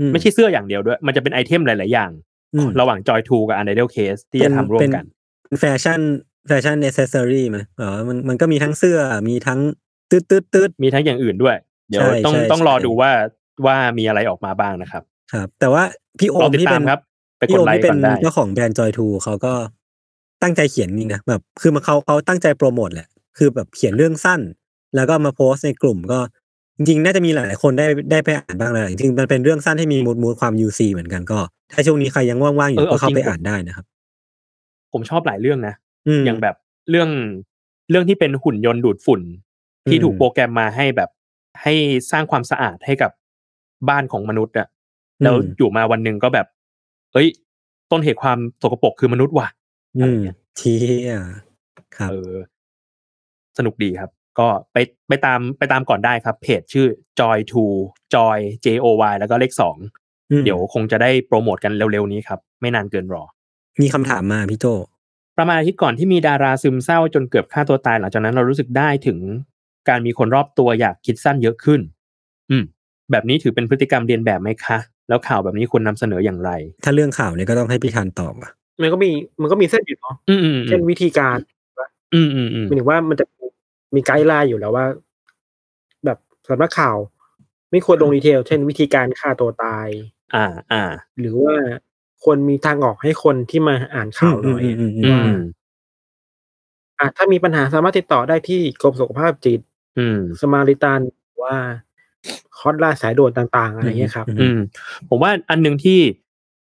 A: อื
C: ไม่ใช่เสื้ออย่างเดียวด้วย มันจะเป็นไอเทมหลาย ๆ อย่าง
A: อืม
C: ระหว่าง Joy 2 กับ Unidal Case ที่จะทำร่วม
A: เป็น
C: กัน
A: เป็นแฟชั่นแฟชั่นเอเซสซอรี่ไหมเออมันมันก็มีทั้งเสื้อมีทั้งตืดตืดตืด
C: มีทั้งอย่างอื่นด้วย เดี๋ยว
A: ใช่
C: ต้อง
A: ใช่
C: ต้องรอ
A: ใช่
C: ดูว่าว่ามีอะไรออกมาบ้างนะครับ
A: ครับ แต่ว่าพี่โอ
C: รอ
A: ม
C: ติด
A: ที่
C: ตา
A: เป็
C: ม
A: น
C: ครับ ไปกด
A: พี่โอม
C: ไลค์
A: ที่เป็
C: กัน นได้
A: เจ้าของแบรนด์จอยทูเขาก็ตั้งใจเขียนนี่นะแบบคือมาเขาเขาตั้งใจโปรโมทแหละ คือแบบเขียนเรื่องสั้น แล้วก็มาโพสต์ในกลุ่มก็จริงๆ น่าจะมีหลายๆคนได้ได้ไปอ่านบ้างแล้วจริงๆมันเป็นเรื่องสั้นที่มีมูดมูดความ UC เหมือนกันก็ ถ้าช่วงนี้ใครยังว่างๆอ
C: เอยู่ อเอา
A: ก็
C: จ
A: เข้า
C: ริง
A: ไปอ่านได้นะครับ
C: ผมชอบหลายเรื่องนะ
A: อืม
C: อย่างแบบเรื่องเรื่องที่เป็นหุ่นยนต์ดูดฝุ่น ที่
A: อืม
C: ถูกโปรแกรมมาให้แบบให้สร้างความสะอาดให้กับบ้านของมนุษย์อะแล้วอยู่มาวันหนึ่งก็แบบ เอ้ย ต้นเหตุความสกปรกคือมนุษย์ว่ะ
A: อืม
C: อะไรเงี้ย
A: ที่อ่ะครับ
C: เออ สนุกดีครับ ก็ไปไปตามไปตามก่อนได้ครับ เพจชื่อ joy to joy j o y แล้วก็เลขสอง
A: อืม
C: เดี๋ยวคงจะได้โปรโมทกันเร็วๆนี้ครับ ไม่นานเกินรอ
A: มีคำถามมาพี่โจ
C: ประมาณอาทิตย์ก่อนที่มีดาราซึมเศร้าจนเกือบฆ่าตัวตายหลังจากนั้นเรารู้สึกได้ถึงการมีคนรอบตัวอยากคิดสั้นเยอะขึ้น อืม แบบนี้ถือเป็นพฤติกรรมเรียนแบบไหมคะ แล้วข่าวแบบนี้ควรนำเสนออย่างไร
A: ถ้าเรื่องข่าวเนี่ยก็ต้องให้พี่ทานตอบอ่ะ
B: มันก็มีมันก็มีเส้นอยู่เนาะ
C: อืมอืม
B: เช่นวิธีการ
C: อืมอืมอืม
B: หมายถึงว่ามันจะมีไกด์ไลน์อยู่แล้วว่า แบบสำนักข่าว ไม่ควรลงดีเทล เช่น วิธีการฆ่าตัวตาย
C: อ่า อ่า
B: หรือว่าควรมีทางออกให้คนที่มาอ่านข่าวหน่อย
A: อืมอืมอืม
C: อืม
B: อ่ะถ้ามีปัญหาสามารถติดต่อได้ที่กรมสุขภาพจิต
C: อืม
B: สมาริตันหรือว่าคอร์สล่าสายด่วนต่าง ๆ อะไรเงี้ยครับ
C: อืม ผมว่าอันหนึ่งที่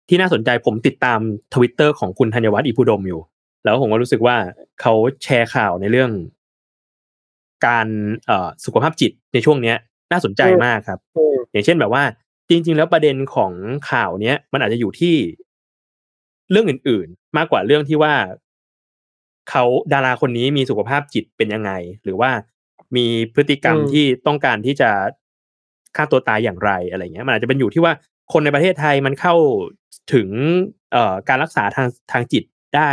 C: ที่น่าสนใจผมติดตามทวิตเตอร์ของคุณธัญวัฒน์อิพุดมอยู่ แล้วผมก็รู้สึกว่าเขาแชร์ข่าวในเรื่อง การเอ่อสุขภาพจิตในช่วงเนี้ย น่าสนใจมากครับ อย่างเช่นแบบว่า จริง ๆ แล้วประเด็นของข่าวเนี้ย มันอาจจะอยู่ที่เรื่องอื่น ๆ มากกว่าเรื่องที่ว่าเขาดาราคนนี้มีสุขภาพจิตเป็นยังไง หรือว่ามีพฤติกรรม
B: อืม
C: ที่ต้องการที่จะฆ่าตัวตายอย่างไรอะไรเงี้ย มันอาจจะเป็นอยู่ที่ว่าคนในประเทศไทยมันเข้าถึงเอ่อการรักษาทางทางจิตได้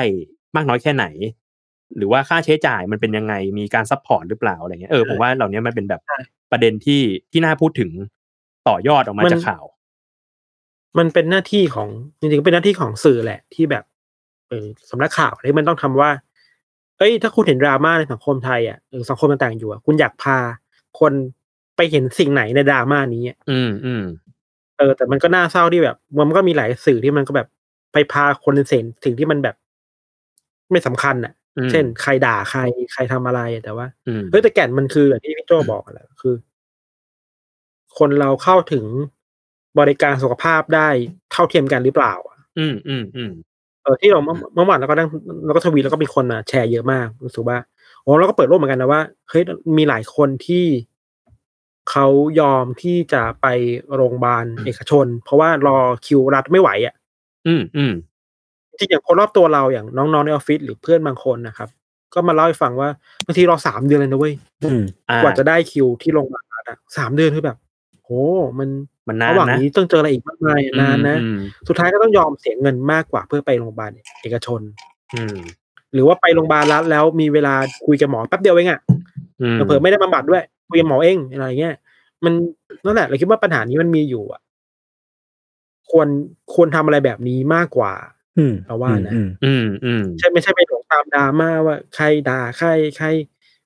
C: มากน้อยแค่ไหน หรือว่าค่าใช้จ่ายมันเป็นยังไงมีการซัพพอร์ตหรือเปล่าอะไรเงี้ยเออผมว่าเหล่านี้มันเป็นแบบประเด็นที่ที่น่าพูดถึงต่อยอดออกมาม
B: น
C: จากข่าว
B: มันเป็นหน้าที่ของจริงๆก็เป็นหน้าที่ของสื่อแหละที่แบบเออสำนักข่าวที่มันต้องทำว่า เอ้ย ถ้าคุณเห็นดราม่าในสังคมไทยอ่ะหรือสังคมต่างๆอยู่อ่ะคุณอยากพาคนไปเห็นสิ่งไหนในดราม่านี้อะ
C: อืมอืม
B: เออแต่มันก็น่าเศร้าที่แบบ มันก็มีหลายสื่อที่มันก็แบบไปพาคนเห็นสิ่งที่มันแบบ ไม่สำคัญอ่ะ
C: อืม
B: เช่น ใครด่าใครใครทำอะไรอะแต่ว่า
C: อืม
B: เฮ้ยแต่แก่นมันคืออย่างที่พี่โจบอกแหละคือ คนเราเข้าถึงบริการสุขภาพได้เท่าเทียมกันหรือเปล่าอะ
C: อืมอืมอืม
B: เออที่เราเมื่อเมื่อวานเราก็นั่งเราก็ทวีตแล้วก็มีคนมาแชร์เยอะมากรู้สึกว่าโอ้เราก็เปิดโลกเหมือนกันนะว่าเฮ้ยมีหลายคนที่ เขายอมที่จะไปโรงพยาบาลเอกชน เพราะว่ารอคิวรัฐไม่ไหวอ่ะ
C: อืมอืม
B: จริงอย่างคนรอบตัวเราอย่างน้องๆในออฟฟิศหรือเพื่อนบางคนนะครับ ก็มาเล่าให้ฟังว่าบางทีรอสามเดือนเลยนะเว้ย
A: อืม
C: อ่าก
B: ว่าจะได้คิวที่โรงพยาบาลรัฐอะสามเดือนคือแบบโหมัน
C: มันนาน
B: ระหว่าง
C: นะ
B: นี้ต้องเจออะไรอีกมากมายนานนะ
C: อืม
B: สุดท้ายก็ต้องยอมเสียเงินมากกว่าเพื่อไปโรงพยาบาลเอกชน
C: อืม
B: หรือว่าไปโรงพยาบาลรัฐแล้วมีเวลาคุยกับหมอแป๊บเดียวเองอ่ะ
C: อืม
B: เผื่อๆไม่ได้บำบัดด้วยคุยกับหมอเองอะไรเงี้ยมันนั่นแหละเราคิดว่าปัญหานี้มันมีอยู่อ่ะ ควรควรทำอะไรแบบนี้มากกว่า
A: อืม
B: เราว่านะ
A: อืม
C: อืมอืม
B: ใช่ไม่ใช่ไปหลงตามดราม่าว่าใครด่าใครใคร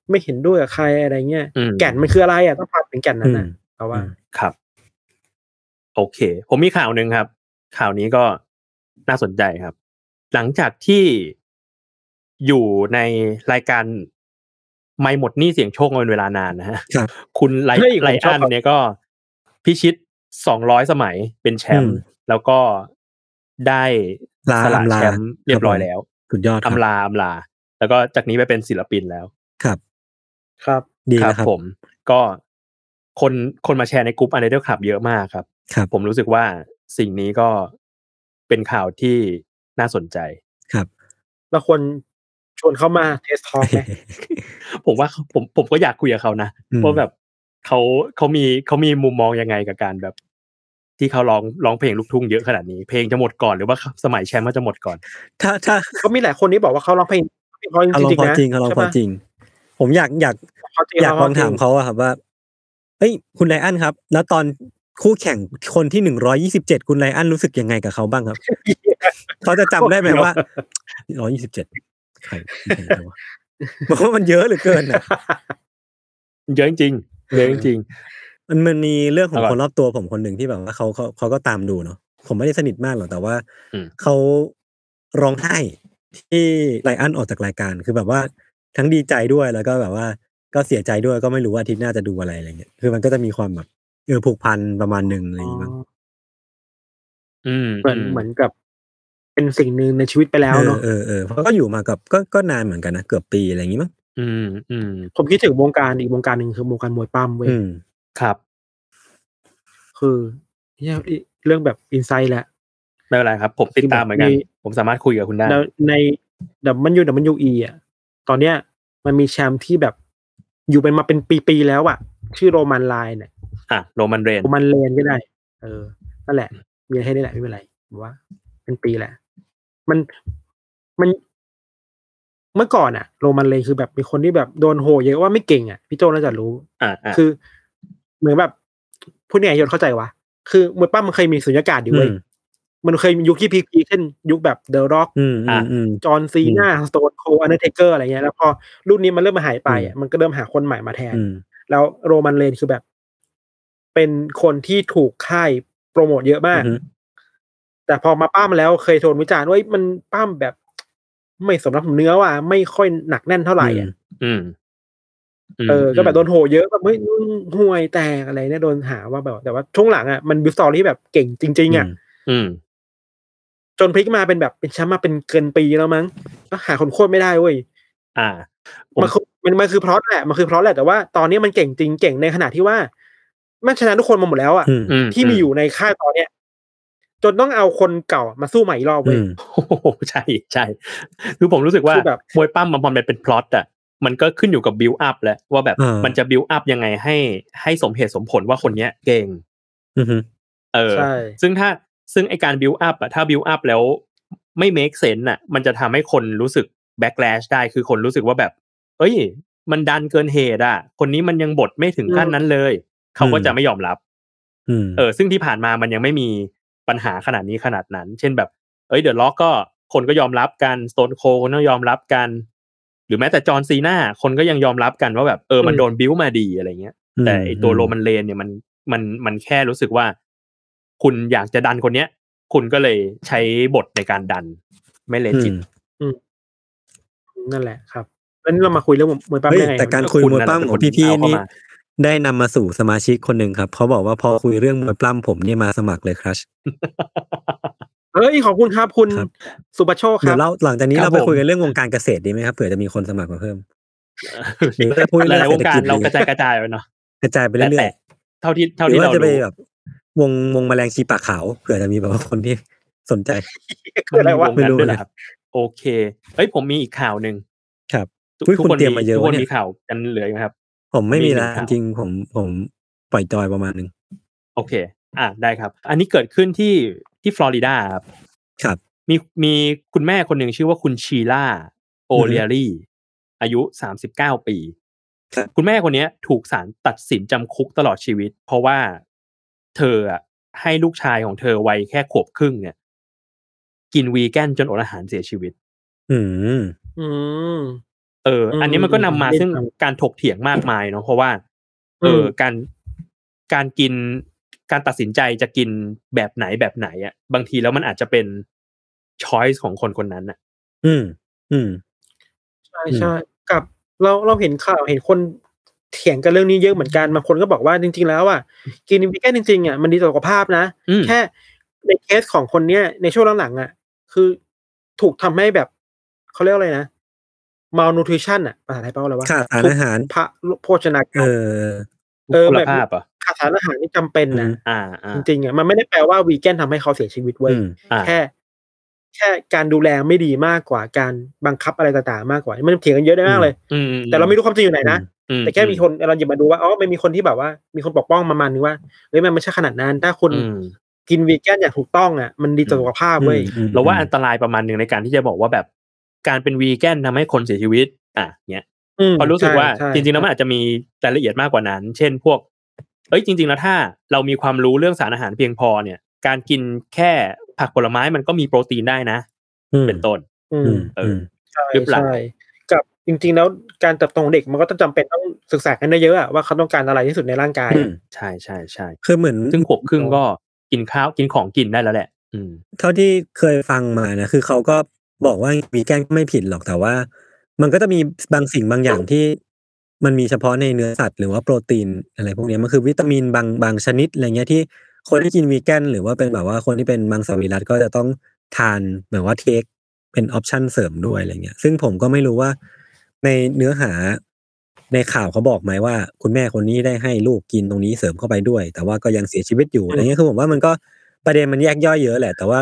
B: ไม่เห็นด้วยกับใครอะไรเงี้ย
C: อืม
B: แก่นมันคืออะไรอ่ะต้องพาถึงแก่นนั้
A: อื
B: น
A: ม
B: นะเราว่า
A: อืม
C: ครับ โอเค ผมมีข่าวหนึ่งครับ ข่าวนี้ก็น่าสนใจครับ หลังจากที่อยู่ในรายการไม่หมดหนี้เสียงโชคมาเป็นเวลานานนะฮะ
A: ครับ
C: คุณไล
B: เฮ้ยผมชอ
C: ไล
B: บ
C: อัน
B: ครับ
C: เนี่ยก็พิชิตสองร้อยสมัยเป็นแชมป์
A: อืม
C: แล้วก็ได้
A: ลา
C: สละ
A: อำลา
C: แชมป์เรียบร้อย
A: ครับผม
C: แล้ว
A: สุดยอดครับ
C: อำลาอำลา แล้วก็จากนี้ไปเป็นศิลปินแล้ว
B: ครับ
A: ดี
C: ครับ
A: นะครับ
C: ผมก็คนคนมาแชร์ในกลุ่มอันเดอร์ขับเยอะมากครับ
A: ครับ
C: ผมรู้สึกว่าสิ่งนี้ก็เป็นข่าวที่น่าสนใจ
A: ครับ
B: เราควรชวนเขามาเทสทอ ไหม
C: ผมว่าผมผมก็อยากคุยกับเขานะ
A: อืม
C: ว่าแบบเขาเขามีเขามีมุมมองยังไงกับการแบบ ที่เขาร้องร้องเพลงลูกทุ่งเยอะขนาดนี้เพลงจะหมดก่อนหรือว่าสมัยแชมป์มันจะหมดก่อน
A: ถ้าถ้า
B: ก็มีหลายคนที่บอกว่าเขาร้องเพลงเพราะจ
A: เอาลอง
B: ริง
A: พ
B: ๆ
A: อ
B: นะ
A: จริงเอาลองพอจริง ผมอยากอยาก
B: ใช่ปะเขาจริง
A: อยาก
B: เข
A: ลองถามเขาอะครับว่าเอ้ย คุณไลอันครับ แล้วตอนคู่แข่งคนที่หนึ่งร้อยี่สิบเจ็ดคุณไลอันรู้สึกยังไงกับเขาบ้างครับ เขาจะจำได้ไหมว่าร้อยี่สิบเจ็ดใครใครวะบอกว่ามันเยอะเหลือเกินนะ
C: เยอะจริงๆเยอะจริง
A: มันมันมีเรื่องขอ
C: อ
A: ง
C: ร่อย
A: คนรอบตัวผมคนหนึ่งที่แบบว่าเขาเขาเขาก็ตามดูเนาะผมไม่ได้สนิทมากหรอกแต่ว่า
C: อืม
A: เขาร้องไห้ที่ไลอันออกจากรายการคือแบบว่าทั้งดีใจด้วยแล้วก็แบบว่าก็เสียใจด้วยก็ไม่รู้ว่าอาทิตย์หน้าจะดูอะไรอะไรเงี้ยคือมันก็จะมีความแบบเออผูกพันประมาณหนึ่งอะไรอย่างเงี้ย
C: ๆอืม
B: เหมือนเหมือนกับ เป็นสิ่งหนึ่งในชีวิตไปแล้ว
A: เออ
B: เนาะ
A: เออเออเพราะก็อยู่มากับก็ก็นานเหมือนกันนะเกือบปีอะไรอย่างงี้มั้ง
C: อืมอืม
B: ผมคิดถึงวงการอีกวงการหนึ่งคือวงการมวยปั้มเว้ย
A: อืม
C: ครับ
B: คือเนี่ยเรื่องแบบอินไซต์แหละ
C: ไม่เป็นไรครับ ผมติดตามเหมือนกัน
B: มี
C: ผมสามารถคุยกับคุณได้
B: แล้วในดับมันยูดับมันยูอีอ่ะตอนเนี้ย มันมีแชมป์ที่แบบ อยู่เป็นมาเป็นปีๆแล้วอ่ะ ชื่อโรมันไลน์เนี่ย
C: อ่ะโรมันเรน
B: โรมันเลนก็ได้ เออ นั่นแหละ มีอะไรให้นี่แหละไม่เป็นไรผมว่า เป็นปีแหละ มันมันเมื่อก่อนอ่ะ โรมันเลนคือแบบมีคนที่แบบโดนโหเยอะว่าไม่เก่งอ่ะพี่โจน่าจะรู้
C: อ่าอ่า
B: คือเหมือนแบบพูดยังไงยนเข้าใจวะคือมวยปั้มมันเคยมีสุญญากาศอยู่เว้ย
A: อืม
B: มันเคยมียุคที่พีคๆเช่นยุคแบบเดอะร็อก
A: อืมอืมอืม
B: จอห์นซีนาสโตนโคอันเดอร์เทเกอร์อะไรเงี้ยแล้วพอรุ่นนี้มันเริ่มมาหายไปอะ
A: อืม
B: มันก็เริ่มหาคนใหม่มาแทน
A: อืม
B: แล้วโรมันเลนคือแบบ เป็นคนที่ถูกค่ายโปรโมทเยอะมาก
A: อืม
B: แต่พอมาปั้มแล้วเคยโดนวิจารณ์ว่าเอ้ยมันปั้มแบบ ไม่สมรับผมเนื้อว่ะไม่ค่อยหนักแน่นเท่าไหร่อะ
C: อืมม
B: เออ ก็แบบโดนโหเยอะแบบเฮ้ยนู่นห่วยแตกอะไรเนี่ยโดนหาว่าแบบแต่ว่าช่วงหลังอ่ะมันบิวสตอรี่แบบเก่งจริงๆอ่ะ
A: อืม
C: อืม
B: จนพลิกมาเป็นแบบเป็นแชมป์มาเป็นเกินปีแล้วมั้งก็หาคนโค่นไม่ได้เว้ย
C: อ่า ผม
B: มันคือมันมันคือเพราะแหละมันคือเพราะแหละแต่ว่าตอนนี้มันเก่งจริงเก่งในขณะที่ว่ามันชนะทุกคนมาหมดแล้วอ่ะ
A: อืม
C: อืม
B: ที่มีอยู่ในค่ายตอนเนี้ยจนต้องเอาคนเก่ามาสู้ใหม่อีกรอบ
A: อื
B: เว้ย
A: ม
C: โอ้โห ใช่ใช่คือผมรู้สึกว่า
B: คือแบบ
C: มวยปั้มมันพอมันเป็นพล็อตอ่ะมันก็ขึ้นอยู่กับบิวอัพแหละว่าแบบ
A: อ่ามั
C: มันจะบิวอัพยังไงให้ให้สมเหตุสมผลว่าคนเนี้ยเก่ง
A: อืม
C: เออ
B: ใช่
C: ซึ่งถ้าซึ่งไอการบิวอัพอ่ะถ้าบิวอัพแล้วไม่ make sense อ่ะ มันจะทำให้คนรู้สึก backlash ได้คือคนรู้สึกว่าแบบ เอ้ย มันดันเกินเหตุอ่ะ คนนี้มันยังบทไม่ถึงขั้นนั้นเลย เขาก็
A: อืม
C: จะไม่ยอมรับ
A: อืม
C: เออซึ่งที่ผ่านมามันยังไม่มีปัญหาขนาดนี้ขนาดนั้น เช่นแบบ เอ้ยเดอะล็อกก็คนก็ยอมรับกันสโตนโคคนก็ยอมรับกัน หรือแม้แต่จอห์นซีนาคนก็ยังยอมรับกันว่าแบบเออมันโดนบิ้วมาดีอะไรเงี้ย แต่ไอตัวโรมันเลนเนี่ยมันมันมันแค่รู้สึกว่า คุณอยากจะดันคนเนี้ย คุณก็เลยใช้บทในการดัน ไม่เลจิต
A: อืม
B: นั่นแหละครับแล้วนี่เรามาคุยเรื่องมวยปั้ม
A: เฮ้ย
B: ได้ไง
A: แต่การคุย
C: คุณ
A: มวย
C: น่ะ
A: ปล้ำ
C: เป็น
A: ข
C: ค
A: อน งพี่พี่
C: เอาเข้า
A: นี่
C: มา
A: ได้นำมาสู่สมาชิกคนหนึ่งครับเขาบอกว่าพอคุยเรื่องมวยปล้ำผมเนี่ยมาสมัครเลยครับ
B: เอ้ยขอบคุณครับคุณ
A: ครับ
B: สุประโชคค
A: เดี๋
B: รั
A: ย
B: บ
A: วเราหลังจากนี้
C: ครับ
A: เราไป
C: ผม
A: คุยกันเรื่องวงการเกษตรดีไหมครับเผื่อจะมีคนสมัครมาเพิ่ม หรือจะพูด
C: ห
A: เรื่อง
C: ลายๆวงการ
A: เศรษฐกิจ
C: เรากระจายกระจายไปเนาะ
A: กระจายไปเรื่อย
C: เท่าที่เท่า
A: หรือ
C: ที่
A: ว่า
C: เรา
A: จะไป
C: ดู
A: แบบ วงวงแมลงชีปากขาวเผื่อจะมีแบบว่าคนที่สนใจ
B: คืออะไรวะ
C: มันมี
A: ไม่รู้
C: วงกันด้วยเห
A: เลย
C: รอครับ โอเคเฮ้ยผมมีอีกข่าวหนึ่ง
A: ครับ
C: ทุก
A: อุ๊ย
C: ทุก
A: คุณ
C: คน
A: เตรียม
C: มี
A: มาเยอะ
C: ทุกคน
A: วะเนี่ย
C: มีข่าวกันเหลืออยู่ไหมครับ
A: ผมไม่
C: มี
A: มี
C: หนึ่
A: ละ
C: งข่าว
A: จริงๆผมผมปล่อยจอยประมาณหนึง
C: โอเค อ่ะได้ครับ อันนี้เกิดขึ้นที่ที่ฟลอริดาครับ
A: ครับ
C: มีมีคุณแม่คนหนึ่งชื่อว่าคุณชีล่าโอเลียรี่ อายุสามสิบเก้าปี
A: ครับ
C: คุณแม่คนเนี้ยถูกศาลตัดสินจำคุกตลอดชีวิต เพราะว่าเธออะให้ลูกชายของเธอวัยแค่ขวบครึ่งเนี่ย กินวีแกนจนอดอาหารเสียชีวิต
A: อืม
B: อืม
C: เออ อันนี้มันก็นำมา
B: อืม
C: ซึ่งการถกเถียงมากมายเนาะเพราะว่า เออ
B: ม
C: อการการกินการตัดสินใจจะกินแบบไหนแบบไหนอะบางทีแล้วมันอาจจะเป็นช้อยส์ของคนคนนั้นอะ
A: อืม อืม
B: ใช่ใช่กับเราเราเห็นข่าวเห็นคนเถียงกันเรื่องนี้เยอะเหมือนกันบางคนก็บอกว่าจริง ๆ แล้วอ่ะกินวีแกนจริงๆอ่ะมันดีต่อสุขภาพนะ
C: อืม
B: แค่ในเคสของคนเนี้ยในช่วงหลังๆอ่ะ คือถูกทำให้แบบเขาเรียกอะไรนะ malnutrition อ่ะภาษาไทยแปลว่าอะไรวะ
A: ขาดสารอาหาร
B: พระโภช
A: เอก
B: นาา
A: อ
B: เออ
C: คุณ
B: แบบ
C: ภาพเหรอ่ะ
B: ขาดสารอาหารที่จำเป็นนะ
A: อืม
C: อ่าอ่า
B: จริงๆอ่ะมันไม่ได้แปลว่าวีแกนทำให้เขาเสียชีวิตเว้ย
A: อืม
C: อ่า
B: แค่ แค่การดูแลไม่ดีมากกว่าการบังคับอะไรต่างๆมากกว่า มันเถียงกันเยอะได้มากเลย
C: อืม
B: แต่เราไม่รู้ความจริงอยู่ไหนนะ
C: อื
B: แต่แค่มีคนเราหยิบมาดูว่าอ๋อมันมีคนที่แบบว่า มีคนปกป้องประมาณนึงว่าเฮ้ยมันไม่ใช่ขนาดนั้นถ้าคุณ
C: อืม
B: กินวีแกนอย่างถูกต้องอ่ะมันดีต่อสุขภาพเว้ย
A: อืม
C: เราว่าอันตรายประมาณหนึ่งในการที่จะบอกว่าแบบการเป็นวีแกนทำให้คนเสียชีวิต อ่ะเนี้ย
B: อืม
C: เพอรู้สึกว่า
B: ใช่
C: จริงๆแล้วมันอาจจะมีรายละเอียดมากกว่านั้น เช่นพวก เอ้ยจริง ๆ แล้วถ้าเรามีความรู้เรื่องสารอาหารเพียงพอเนี่ย การกินแค่ผักผลไม้มันก็มีโปรตีนได้นะ
A: อืม
C: เป็นต้น
B: อืม
A: อืม
C: เออ
A: อืม
B: ใช่
C: หรือเปล่า
B: ใช่กับจริง ๆ แล้วการเติบโตของเด็กมันก็ต้องจำเป็นต้องศึกษากันได้เยอะอะว่าเขาต้องการอะไรที่สุดในร่างกาย
A: อืม
C: ใช่ใช่ใช่
A: คือเหมือน
C: ซึ่งขวบครึ่งก็กินข้าวกินของกินได้แล้วแหละ อืม
A: เท่าที่เคยฟังมานะคือเขาก็บอกว่าวีแกนก็ไม่ผิดหรอกแต่ว่า มันก็จะมีบางสิ่งบางอย่างที่มันมีเฉพาะในเนื้อสัตว์หรือว่าโปรตีนอะไรพวกเนี้ยมันคือวิตามินบางบางชนิดอะไรเงี้ยที่คนที่กินวีแกนหรือว่าเป็นแบบว่าคนที่เป็นมังสวิรัตก็จะต้องทานเหมือนว่าเทคเป็นออปชันเสริมด้วยอะไรเงี้ย ซึ่งผมก็ไม่รู้ว่าในเนื้อหาในข่าวเขาบอกไหมว่า คุณแม่คนนี้ได้ให้ลูกกินตรงนี้เสริมเข้าไปด้วย แต่ว่าก็ยังเสียชีวิตอยู่อะไรเงี้ยคือผมว่ามันก็ประเด็นมันแยกย่อยเยอะแหละ แต่ว่า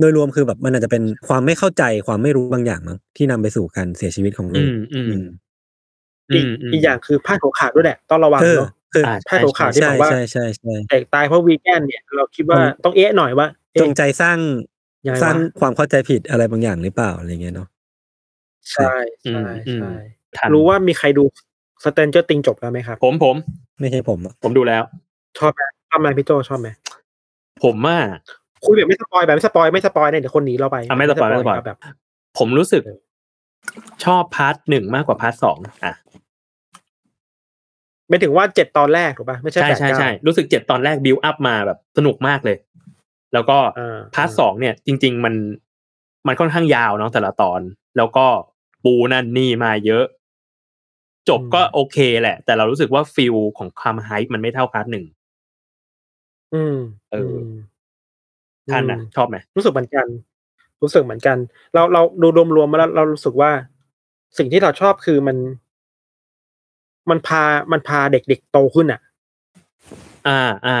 A: โดยรวมคือแบบมันอาจจะเป็นความไม่เข้าใจความไม่รู้บางอย่างมั้งที่นำไปสู่การเสียชีวิตของลู
C: อื
A: ก
C: มอืม
A: อืม
B: อีกอีกอย่างคือพาดหัวข่าวด้วยแหละต้องระวัง
A: เออ
B: เนาะ
A: คือ
C: อ่า
A: อ่ะ
C: ใช่
B: ถ้าดูข่าว ที่
A: ใช่
B: บอกว่า
A: ใช่ใช่ใช่
B: เด็กตายเพราะวีแกนเนี่ยเราคิดว่า
A: อืม
B: ต้องเอ๊ะหน่อยว่าเอ๊ะ
A: จงใจสร้าง
B: ยังไงวะ
A: สร้างความเข้าใจผิดอะไรบางอย่างหรือเปล่าอะไรเงี้ยเนาะ
B: ใช่ใช่
C: อืม
B: ใช่
C: ทัน
B: รู้ว่ามีใครดูสเตนเจอร์ติงจบแล้วไหมครับ
C: ผมผม
A: ไม่ใช่ผมอะ
C: ผมดูแล้ว
B: ชอบไหมชอบไหมพี่โจชอบไหม
C: ผมว่า
B: คุยแบบไม่สปอยแบบไม่สปอยไม่สปอยเนี่ยเดี๋ยวคนหนีเราไป
C: อ่ะไม่สปอยไม่สปอย
B: ครับแบบ
C: ผมรู้สึกชอบพาร์ทหนึ่งมากกว่าพาร์ทสองอ่ะ
B: ไม่ถึงว่าเจ็ดตอนแรกถูกป่ะไม่ใช่
C: ใช่
B: แปด
C: ใช่
B: เก้า
C: ใช่รู้สึกเจ็ดตอนแรกบิวอัพมาแบบสนุกมากเลย แล้วก็
B: อ่า
C: พาร์ทสองเนี่ย จริง ๆ มันมันค่อนข้างยาวเนาะแต่ละตอน แล้วก็ปูนั่นนี่มาเยอะ จบก็โอเคแหละ แต่เรารู้สึกว่าฟิลของความไฮป์มันไม่เท่าพาร์ทหนึ่ง
B: อืม
C: เอออื
B: ม
C: ท่านนะ
B: อืม
C: ชอบไหม
B: รู้สึกเหมือนกัน รู้สึกเหมือนกัน เราเราดูรวมๆมาแล้วเรารู้สึกว่า สิ่งที่เราชอบคือมัน มันพามันพาเด็กๆโตขึ้นอ่ะ
C: อ่าอ่า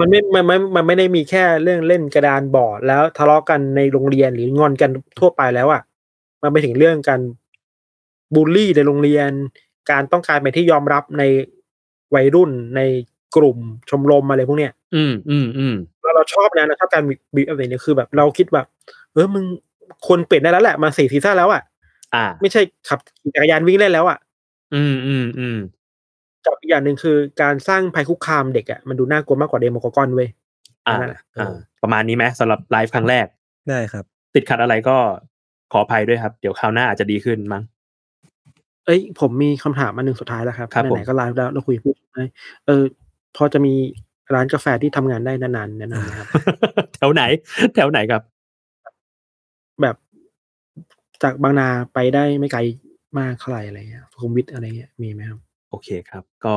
B: มันไม่มันไม่มันไม่ได้มีแค่เรื่องเล่นกระดานบอร์ดแล้วทะเลาะกันในโรงเรียนหรืองอนกันทั่วไปแล้วอ่ะ มันไปถึงเรื่องการบูลลี่ในโรงเรียน การต้องการเป็นที่ยอมรับในวัยรุ่นในกลุ่มชมรมอะไรพวกเนี้ย
C: อืมอืมอืม
B: แล้วเราชอบนะเราชอบการบีบอะไรเนี่ยคือแบบ เราคิดแบบเออมึงควรเปลี่ยนได้แล้วแหละมาสี่ซีซั่นแล้วอ่ะ
C: อ่า
B: ไม่ใช่ขับขี่จักรยานวิ่งเล่นแล้วอ่ะ
C: อืมอืมอืม
B: กับอีกอย่างหนึ่งคือ การสร้างภัยคุกคามเด็กอ่ะมันดูน่ากลัวมากกว่าเดโมกอกอนเว้ย
C: อ่า
B: นั่นแหละเอออ่
C: อ่า ประมาณนี้ไหมสำหรับไลฟ์ครั้งแรก
A: ได้ครับ
C: ติดขัดอะไรก็ขออภัยด้วยครับ เดี๋ยวคราวหน้าอาจจะดีขึ้นมั้ง
B: เอ้ยผมมีคำถามอันหนึ่งสุดท้ายแล้วครับ
C: ครับ
B: ไหน
C: ผม
B: ๆก็ไลฟ์แล้วเราคุยพูดไหมเออ พอจะมีร้านกาแฟที่ทำงานได้นานๆแนะนำไหมครับ
C: แถวไหน แถวไหนครับ
B: แบบจากบางนาไปได้ไม่ไกลมากเท่าไหร่อะไรเงี้ยสุขุมวิทอะไรเงี้ยมีไหมครับ
C: โอเคครับ ก็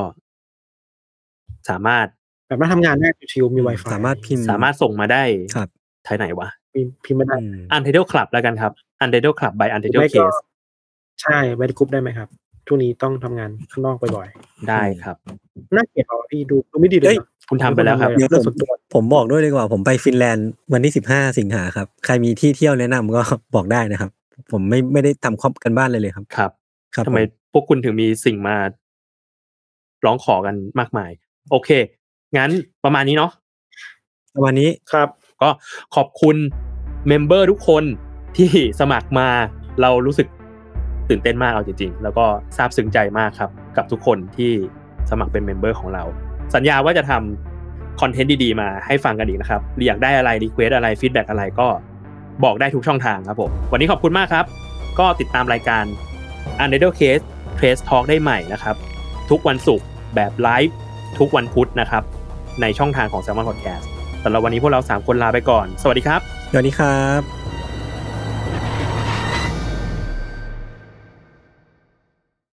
C: สามารถ
B: แบบน่าทำงานได้ชิวๆมี Wi-Fi
A: สามารถพิมพ์
C: สามารถส่งมาได้
A: ครับ
C: ไทยไหนวะ
B: พิมพ์พิมพ์ไม่ได้
A: อืม
C: อันเทเดลคลับแล้วกันครับอันเทเดลคลับ by อันเทเดล
B: ไม่
C: เค
B: ก็
C: ส
B: ใช่ไว้ในกรุ๊ปได้ไหมครับช่วงนี้ต้องทำงานข้างนอกบ่อย
C: ได้ครับ
B: น่าเกลียดเหรอพี่ดูดูไม่ดีเล
A: เอ้
B: ย
A: ย
B: นะ
C: คุณทำไปแล้วครับ
A: เดี๋ยว
B: เรื่อง
A: ผ
B: ส่
A: ม
B: วนตัว
A: ผมบอกด้วยดีกว่า ผมไปฟินแลนด์วันที่สิบห้าสิงหาครับ ใครมีที่เที่ยวแนะนำก็ บอกได้นะครับ ผมไม่ไม่ได้ทำความกันบ้านเลยเลยครับ
C: ครับ
A: ครับ
C: ทำไม
A: ผ
C: พวกคุณถึงมีสิ่งมาร้องขอกันมากมาย โอเค งั้นประมาณนี้เนาะ
A: มวันนี้
B: ครับ
C: ก็ขอบคุณเมมเบอร์ทุกคนที่สมัครมาเรารู้สึกตื่นเต้นมากเอาจริงๆ แล้วก็ซาบซึ้งใจมากครับ กับทุกคนที่สมัครเป็นเมมเบอร์ของเรา สัญญาว่าจะทำคอนเทนต์ดีๆ มาให้ฟังกันอีกนะครับ อยากได้อะไรรีเควสอะไรฟีดแบ็อะไรก็บอกได้ทุกช่องทางครับผมวันนี้ขอบคุณมากครับ ก็ติดตามรายการ u n d e r Case Trace Talk ได้ใหม่นะครับ ทุกวันศุกร์แบบไลฟ์ทุกวันพุธนะครับ ในช่องทางของ s ซ l m o n Podcast สำหรับวันนี้พวกเรา 3 คนลาไปก่อน สวัสดีครับ
A: สวัสดีครับ